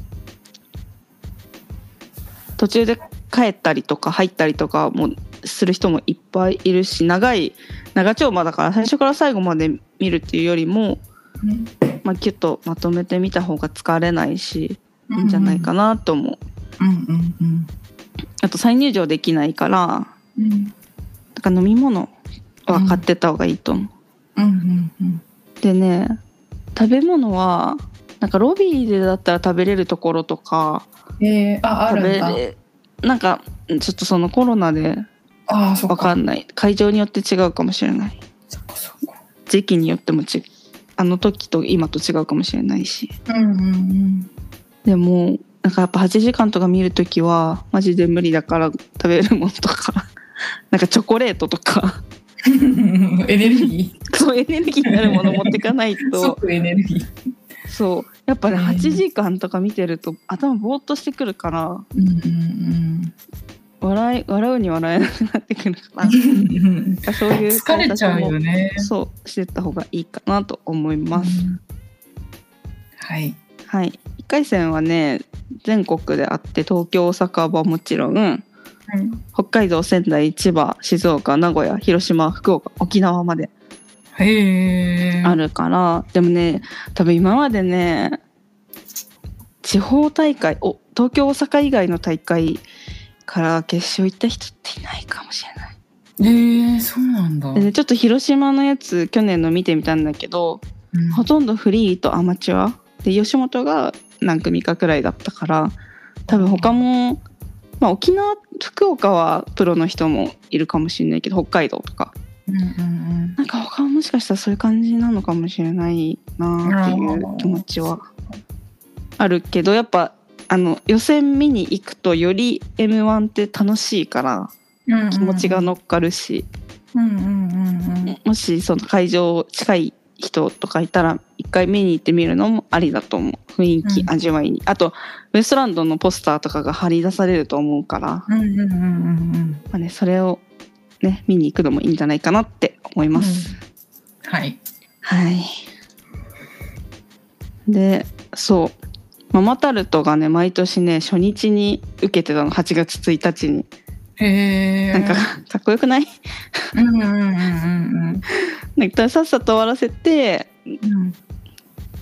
Speaker 1: 途中で帰ったりとか入ったりとかもする人もいっぱいいるし長い長丁場だから最初から最後まで見るっていうよりも、
Speaker 2: うん
Speaker 1: まあ、キュッとまとめてみた方が疲れないし
Speaker 2: う
Speaker 1: いいんじゃないか
Speaker 2: な
Speaker 1: なと思う。
Speaker 2: うんうんうん
Speaker 1: あと再入場できないから
Speaker 2: うん
Speaker 1: だから飲み物は買ってた方がいいと思う。
Speaker 2: うんうん
Speaker 1: でね食べ物はなんかロビーでだったら食べれるところとか
Speaker 2: うんえー、ああ
Speaker 1: 食
Speaker 2: る
Speaker 1: べ
Speaker 2: んだ
Speaker 1: れなんかちょっとそのコロナで
Speaker 2: ああ、そ
Speaker 1: わ
Speaker 2: っ
Speaker 1: か
Speaker 2: か。
Speaker 1: んない会場によって違うかもしれない
Speaker 2: そっかそっか。
Speaker 1: 時期によってもちあの時と今と違うかもしれないし
Speaker 2: うんうん うん。
Speaker 1: でもなんかやっぱ8時間とか見る時はマジで無理だから食べるものとか なんかチョコレートとか
Speaker 2: エネルギ
Speaker 1: そうエネルギーになるもの持ってかない
Speaker 2: ー
Speaker 1: と
Speaker 2: 即エネルギー。
Speaker 1: そうやっぱね
Speaker 2: うん
Speaker 1: 8時間とか見てると頭ぼーっとしてくるから
Speaker 2: うんうん
Speaker 1: 笑い笑うに笑えなくなってくるから
Speaker 2: うん。
Speaker 1: なんかそういう
Speaker 2: 疲れちゃうよね。
Speaker 1: そうしてった方がいいかなと思います。
Speaker 2: うんはい。
Speaker 1: はい、1回戦はね全国であって東京大阪はもちろん北海道仙台千葉静岡名古屋広島福岡沖縄まで
Speaker 2: へえ。
Speaker 1: あ。るから、でもね多分今までね地方大会お東京大阪以外の大会から決勝行った人っていないかもしれない。
Speaker 2: へえ、そうなんだ。
Speaker 1: でねちょっと広島のやつ去年の見てみたんだけど
Speaker 2: うん
Speaker 1: ほとんどフリーとアマチュアで吉本が何組かくらいだったから多分他も、まあ、沖縄福岡はプロの人もいるかもしれないけど北海道とか
Speaker 2: うんうん
Speaker 1: なんか他はもしかしたらそういう感じなのかもしれないなってい
Speaker 2: あ
Speaker 1: う
Speaker 2: ー
Speaker 1: 気持ちはあるけどやっぱあの予選見に行くとより m 1って楽しいから
Speaker 2: うんうん。
Speaker 1: 気持ちが乗っかるし、
Speaker 2: うんうんうんうん。
Speaker 1: もしその会場近い人とかいたら一回見に行ってみるのもありだと思う雰囲気
Speaker 2: うん
Speaker 1: 味わいに、あとウエストランドのポスターとかが貼り出されると思うから、ま
Speaker 2: うんうんうんうんうん。
Speaker 1: あね、それを、ね、見に行くのもいいんじゃないかなって思います、
Speaker 2: うんはい。
Speaker 1: はいでそうママタルトがね毎年ね初日に受けてたの8月1日に
Speaker 2: へえ。
Speaker 1: なんかかっこよくない
Speaker 2: うんうんうんうん
Speaker 1: なんかさっさと終わらせて
Speaker 2: うん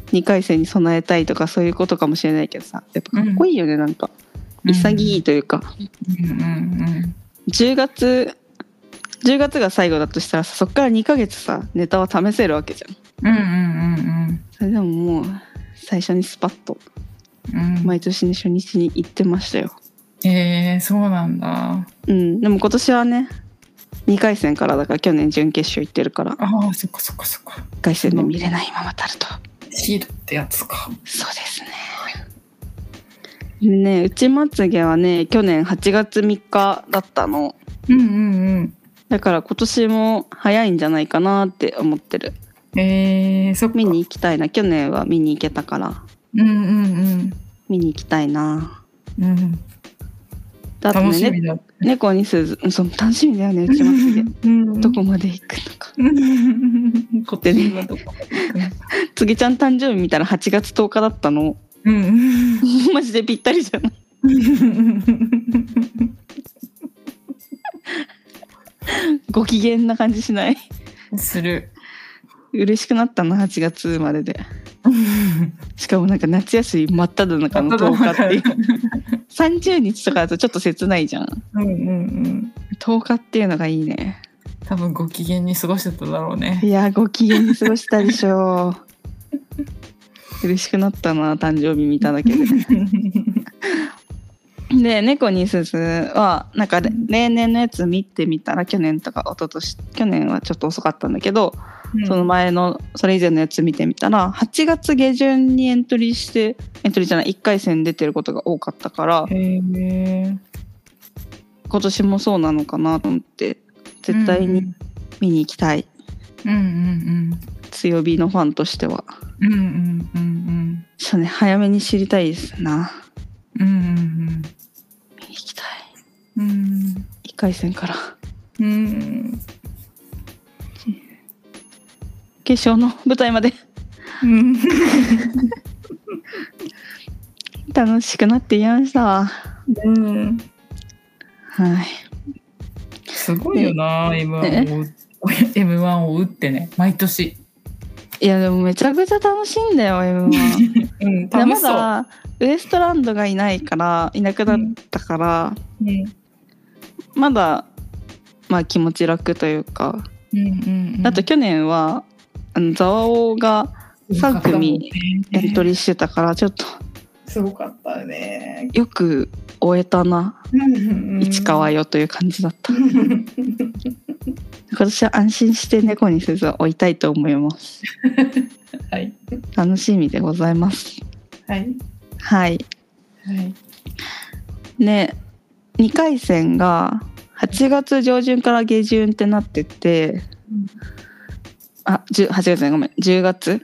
Speaker 1: 2回戦に備えたいとかそういうことかもしれないけどさやっぱかっこいいよね、なんか
Speaker 2: うん。
Speaker 1: 潔いというか、
Speaker 2: うんうんうん。
Speaker 1: 10月10月が最後だとしたらさそっから2ヶ月さネタは試せるわけじゃん
Speaker 2: うんうん
Speaker 1: それでももう最初にスパッと
Speaker 2: うんうん。うん。
Speaker 1: 毎年ね初日に行ってましたよ
Speaker 2: へえ、そうなんだ。
Speaker 1: うんでも今年はね2回戦からだから去年準決勝行ってるから
Speaker 2: ああ、そっかそっかそっか。
Speaker 1: 1回戦で見れないままたると
Speaker 2: シールってやつか。
Speaker 1: そうですねでねうちまつげはね去年8月3日だったの
Speaker 2: うんうん
Speaker 1: だから今年も早いんじゃないかなって思ってる
Speaker 2: うん。えー、そっか。
Speaker 1: 見に行きたいな去年は見に行けたから
Speaker 2: うんうん
Speaker 1: 見に行きたいな
Speaker 2: うん。うん、
Speaker 1: だと
Speaker 2: 楽
Speaker 1: ね
Speaker 2: し
Speaker 1: ね
Speaker 2: みだ。
Speaker 1: 猫にすずうんそう楽しみだよねうちまつげ
Speaker 2: うん、
Speaker 1: どこまで行くのか
Speaker 2: うん。こっちはどこ。
Speaker 1: つげちゃん誕生日見たら8月10日だったの
Speaker 2: うん。
Speaker 1: マジでぴったりじゃないご機嫌な感じしない
Speaker 2: する。
Speaker 1: 嬉しくなったな8月生まれでしかもなんか夏休み真っ只中の10日っていう30日とかだとちょっと切ないじゃん
Speaker 2: うんうんうん。
Speaker 1: 10日っていうのがいいね
Speaker 2: 多分ご機嫌に過ごしてただろうね。
Speaker 1: いやーご機嫌に過ごしたでしょう嬉しくなったな誕生日見ただけ でで猫にすずはなんかれ例年のやつ見てみたら去年とか一昨年去年はちょっと遅かったんだけど、その前のそれ以前のやつ見てみたら8月下旬にエントリーしてエントリーじゃない1回戦出てることが多かったから
Speaker 2: へえ。
Speaker 1: 今年もそうなのかなと思って絶対に。見に行きたい、
Speaker 2: うんうん
Speaker 1: 強火のファンとしては
Speaker 2: うん。うんうんうん
Speaker 1: そうね早めに知りたいですな
Speaker 2: うん。うん
Speaker 1: 見に行きたい
Speaker 2: うんうん。
Speaker 1: 1回戦から
Speaker 2: うん。
Speaker 1: 決勝の舞台まで
Speaker 2: うん。
Speaker 1: 楽しくなっていましたわ
Speaker 2: うん。
Speaker 1: はい
Speaker 2: すごいよな、
Speaker 1: ね
Speaker 2: M1 を追う M1 を打ってね毎年、
Speaker 1: いやでもめちゃくちゃ楽しいんだよ M1
Speaker 2: うん、
Speaker 1: で
Speaker 2: 楽
Speaker 1: ま
Speaker 2: しそう、
Speaker 1: だウエストランドがいないからいなくなったから、
Speaker 2: うん、うん
Speaker 1: まだまあ気持ち楽というか、
Speaker 2: うんうん
Speaker 1: あと去年はあのザワオが3組エント
Speaker 2: リ
Speaker 1: リーしてたからちょっと
Speaker 3: すごかったね。
Speaker 1: よく終えたな市川
Speaker 3: よ。
Speaker 1: よという感じだった今年は安心して猫にせず置いたいと思います
Speaker 3: はい。
Speaker 1: 楽しみでございます
Speaker 3: はい。
Speaker 1: はい
Speaker 3: はい。
Speaker 1: ね2回戦が8月上旬から下旬ってなってて、
Speaker 3: うん
Speaker 1: あ10 8月ねごめん10月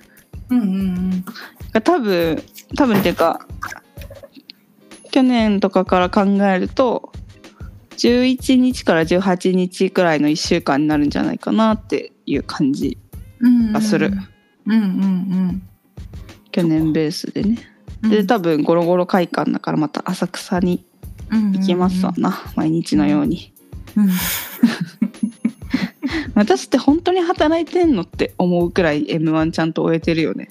Speaker 3: うんうん
Speaker 1: が多分多分っていうか去年とかから考えると11日から18日くらいの1週間になるんじゃないかなっていう感じ
Speaker 3: うん。
Speaker 1: がする。
Speaker 3: うんうん
Speaker 1: 去年ベースでね
Speaker 3: うん。
Speaker 1: で多分ゴロゴロ会館だからまた浅草に
Speaker 3: 分
Speaker 1: 行きますわな、毎日のように私って本当に働いてんのって思うくらい m 1ちゃんと終えてるよね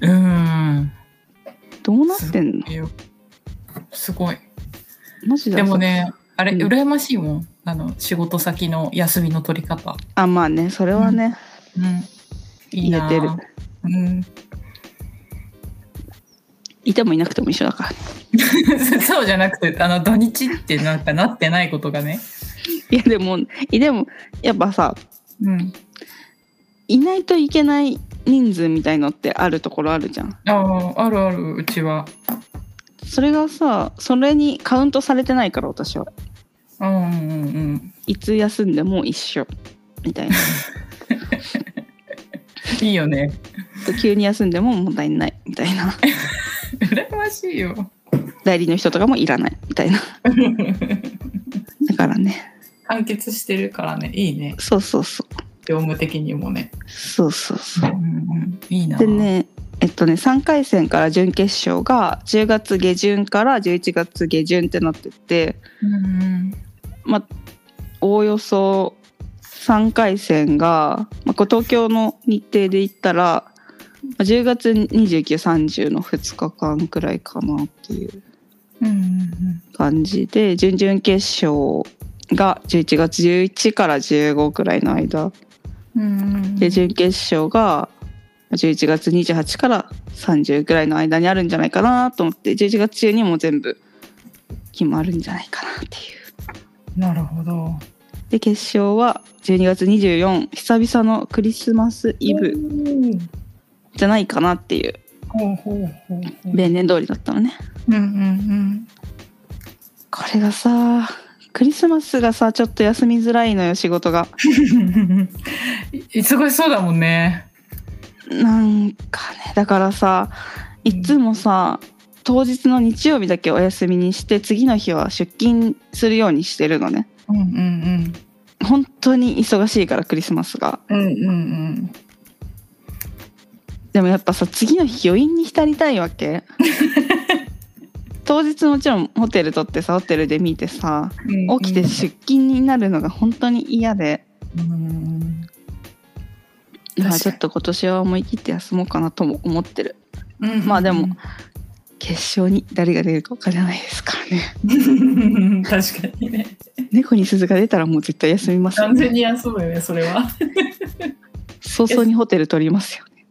Speaker 2: うん。
Speaker 1: どうなってんの
Speaker 2: いいよすごい。
Speaker 1: マジで
Speaker 2: でもね、あれ、
Speaker 1: うん
Speaker 2: 羨ましいもん。あの、仕事先の休みの取り方。
Speaker 1: あまあねそれはね、
Speaker 2: うん。いいなあ
Speaker 1: 言えてる
Speaker 2: うん。
Speaker 1: いてもいなくても一緒だから
Speaker 2: そうじゃなくて、あの、土日ってなんかなってないことがね。
Speaker 1: いやでもいでもやっぱさ
Speaker 2: うん。
Speaker 1: いないといけない人数みたいのってあるところあるじゃん
Speaker 2: ああ、あるある、うちは。
Speaker 1: それがさそれにカウントされてないから私は
Speaker 2: うんうんうん。
Speaker 1: いつ休んでも一緒みたいな
Speaker 2: いいよね。
Speaker 1: 急に休んでも問題ないみたいな
Speaker 2: 羨ましいよ。
Speaker 1: 代理の人とかもいらないみたいなだからね
Speaker 3: 完結してるからね、いいね。
Speaker 1: そうそうそう
Speaker 3: 業務的にもね。
Speaker 1: そうそうそう
Speaker 2: うんうん、いいな。
Speaker 1: でねえっとね3回戦から準決勝が10月下旬から11月下旬ってなってて
Speaker 2: うんうん。
Speaker 1: まあ、おおよそ3回戦が、まあ、こう東京の日程で行ったら、まあ10月2930の2日間くらいかなっていう
Speaker 2: うんうん
Speaker 1: 感じで準々決勝が11月11から15くらいの間
Speaker 2: うん。うんうん
Speaker 1: で準決勝がまあ11月28から30くらいの間にあるんじゃないかなと思って11月中にもう全部決まるんじゃないかなっていう。
Speaker 2: なるほど。
Speaker 1: で決勝は12月24久々のクリスマスイブ
Speaker 3: うん
Speaker 1: じゃないかなっていう
Speaker 3: ほうほうほうほう。
Speaker 1: 例年通りだったのね
Speaker 3: うんうん
Speaker 1: これがさクリスマスがさちょっと休みづらいのよ仕事が
Speaker 2: うん。忙しそうだもんね。
Speaker 1: なんかねだからさいつもさ当日の日曜日だけお休みにして次の日は出勤するようにしてるのね
Speaker 3: うん。うんうん
Speaker 1: 本当に忙しいからクリスマスが
Speaker 3: うん。うんうん
Speaker 1: でもやっぱさ次の日余韻に浸りたい わけ当日もちろんホテル取ってさホテルで見てさ
Speaker 3: うん。
Speaker 1: 起きて出勤になるのが本当に嫌で、
Speaker 3: うん
Speaker 1: だから
Speaker 3: 確
Speaker 1: ち
Speaker 3: か
Speaker 1: ょ
Speaker 3: に
Speaker 1: っと今年は思い切って休もうかなとも思ってる
Speaker 3: うん。
Speaker 1: まあ でも決勝に誰が出るか分からないですからね
Speaker 3: うん。確かにね。
Speaker 1: 猫に鈴が出たらもう絶対休みますよ
Speaker 3: 完全に休むよね、それは。
Speaker 1: 早々にホテル取りますよね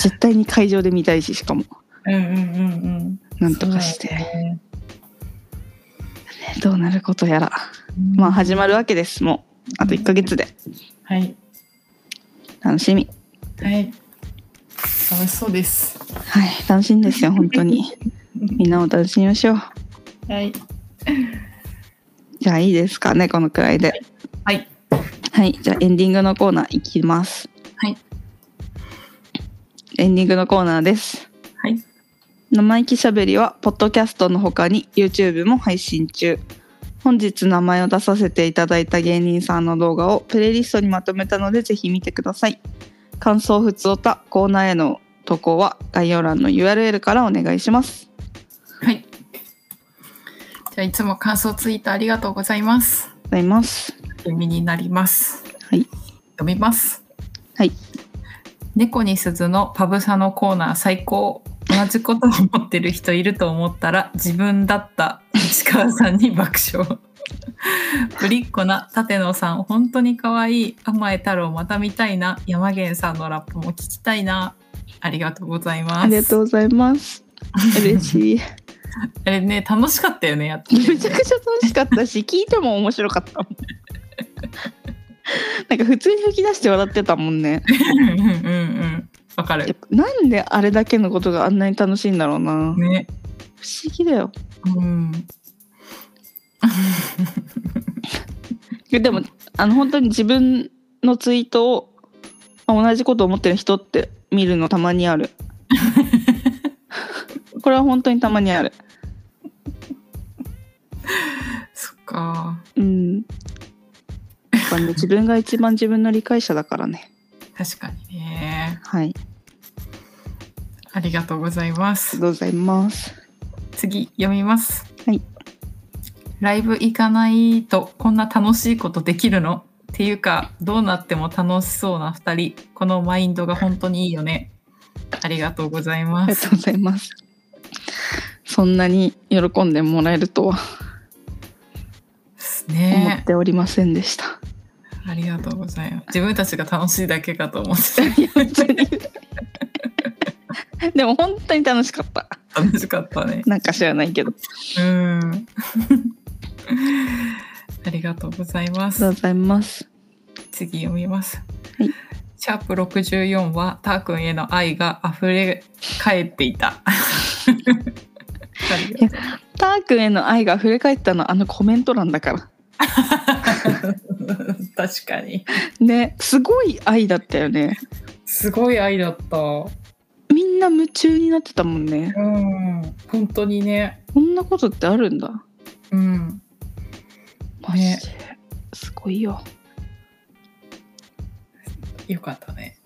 Speaker 1: 絶対に会場で見たいししかも
Speaker 3: うんうんうんう。
Speaker 1: なんんとかして、
Speaker 3: そうだよね。
Speaker 1: どうなることやらまあ始まるわけですもうあと1ヶ月で
Speaker 3: はい。
Speaker 1: 楽しみ
Speaker 3: はい。楽しそうです。
Speaker 1: はい楽しいんですよ本当にみんなも楽しみましょう
Speaker 3: はい。
Speaker 1: じゃあいいですかねこのくらいで
Speaker 3: はい
Speaker 1: はいじゃあエンディングのコーナーいきます
Speaker 2: はい
Speaker 1: エンディングのコーナーです
Speaker 2: はい
Speaker 1: 生意気しゃべりはポッドキャストの他に YouTube も配信中本日名前を出させていただいた芸人さんの動画をプレイリストにまとめたのでぜひ見てください感想ふつおたコーナーへの投稿は概要欄の URL からお願いします
Speaker 2: はい。じゃあいつも感想ツイートありがとうございます。
Speaker 1: ございます
Speaker 2: 読みになります。
Speaker 1: はい。
Speaker 2: 読みます。
Speaker 1: はい。
Speaker 2: 猫に鈴のパブサのコーナー最高。同じことを思ってる人いると思ったら自分だった石川さんに爆笑。ぶりっ子な舘野さん本当に可愛い甘え太郎また見たいな山源さんのラップも聞きたいなありがとうございます。
Speaker 1: ありがとうございます。嬉しい。
Speaker 2: あれね、楽しかったよね、やってて。
Speaker 1: めちゃくちゃ楽しかったし、聞いても面白かったもん。なんか普通に吹き出して笑ってたもんね。
Speaker 2: うんうんうん。わかる。
Speaker 1: なんであれだけのことがあんなに楽しいんだろうな。
Speaker 2: ね。
Speaker 1: 不思議だよ。
Speaker 2: うん。
Speaker 1: でも、あの本当に自分のツイートを、まあ同じこと思ってる人って見るのたまにある。 これは本当にたまにある。
Speaker 2: そっか。
Speaker 1: うん。やっぱね、自分が一番自分の理解者だからね。
Speaker 2: 確かにね。
Speaker 1: はい。あり
Speaker 2: ありがとうございま
Speaker 1: が
Speaker 2: す。
Speaker 1: とうございます。
Speaker 2: 次、読みます。
Speaker 1: はい。
Speaker 2: ライブ行かないとこんな楽しいことできるのっていうか、どうなっても楽しそうな二人。このマインドが本当にいいよね。ありがとうござい
Speaker 1: あ
Speaker 2: ま
Speaker 1: りが
Speaker 2: す
Speaker 1: と。うございます。そんなに喜んでもらえるとは
Speaker 2: です
Speaker 1: 思
Speaker 2: ね
Speaker 1: っ。ておりませんで した。
Speaker 2: ありがとうございます。自分たちが楽しいだけかと思って
Speaker 1: いや本当にでも本当に楽しかった。
Speaker 2: た 楽しかったね。
Speaker 1: なんか知らないけど。あり
Speaker 2: うん。 ありがとうございま
Speaker 1: がとう
Speaker 2: す。
Speaker 1: ございます。
Speaker 2: 次読みます。
Speaker 1: はい
Speaker 2: シャープ64はターくんへの愛が溢れ返っていた。ありがとう
Speaker 1: タークへの愛が溢れ返ったのはあのコメント欄だから。
Speaker 2: 確かに。
Speaker 1: ね、すごい愛だったよね。
Speaker 2: すごい愛だった。う
Speaker 1: みんな夢中になってたもんね。
Speaker 2: ん。本当にね。
Speaker 1: こんなことってあるんだ。
Speaker 2: うん。
Speaker 1: マジで。すごいよ。
Speaker 2: よかったね。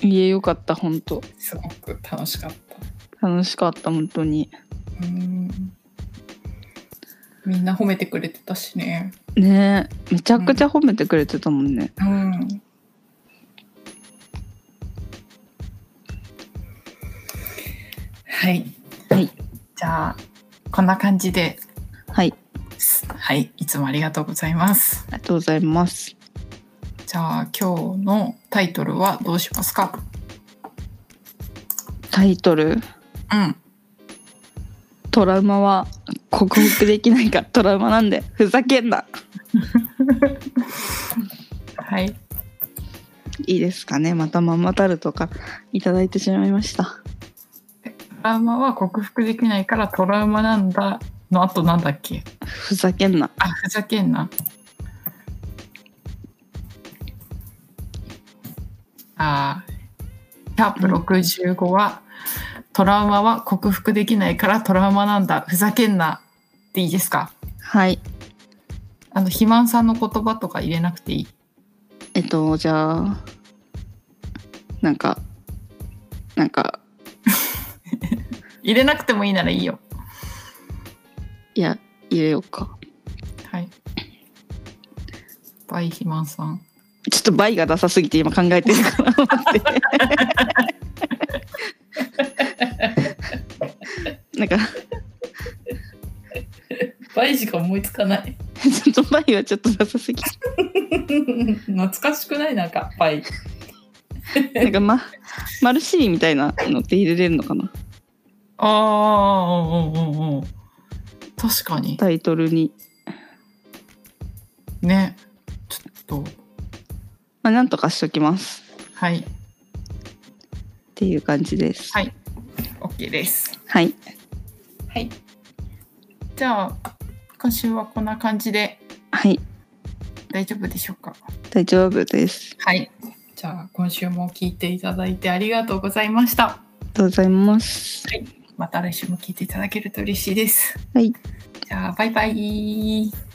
Speaker 1: いえ、よかった、本当
Speaker 2: すごく楽しかった。
Speaker 1: 楽しかった、本当に。
Speaker 2: うん。
Speaker 3: みんな褒めてくれてたしね。
Speaker 1: ねめちゃくちゃ褒めてくれてたもんね。
Speaker 3: うん。
Speaker 2: はい。
Speaker 1: はい。
Speaker 2: じゃあ、こんな感じで
Speaker 1: はい。
Speaker 2: す。はい。いつもありがとうございます。
Speaker 1: ありがとうございます。
Speaker 2: じゃあ、今日のタイトルはどうしますか
Speaker 1: タイトル
Speaker 2: うん。
Speaker 1: 「トラウマは克服できないが トラウマなんでふざけんな
Speaker 2: はい。」
Speaker 1: いいですかねまたママタルトかいただいてしまいました
Speaker 2: トラウマは克服できないからトラウマなんだの後なんだっけ
Speaker 1: ふざけんな
Speaker 2: あ、ふざけんな。あー、キャープ65は、トラウマは克服できないからトラウマなんだ、ふざけんなっていいですか
Speaker 1: はい
Speaker 2: あの、肥満さんの言葉とか入れなくていい。
Speaker 1: えっとじゃあなんかなんか
Speaker 2: 入れなくてもいいならいいよ。
Speaker 1: いや入れようか
Speaker 2: はい。バイ肥満さん。
Speaker 1: ちょっと倍がダサすぎて今考えてるから待ってなんか
Speaker 3: 倍しか思いつかない。
Speaker 1: ちょっと倍はちょっとダサすぎて
Speaker 3: 懐かしくないなんか、倍。
Speaker 1: なんかまマルシーみたいなのって入れれるのかな
Speaker 2: ああ、うんうんうん。確かに。
Speaker 1: タイトルに、
Speaker 2: ね。ちょっと、
Speaker 1: まあ、なんとかしときます
Speaker 2: はい。
Speaker 1: っていう感じです
Speaker 2: はい OK です。
Speaker 1: はい
Speaker 3: はい。
Speaker 2: じゃあ今週はこんな感じで
Speaker 1: はい
Speaker 2: 大丈夫でしょうか
Speaker 1: 大丈夫です
Speaker 2: はい
Speaker 3: じゃあ、今週も聞いていただいてありがとうございました。
Speaker 1: ありがとうございます
Speaker 2: また来週も聞いていただけると嬉しいです
Speaker 1: はい
Speaker 2: じゃあバイバイ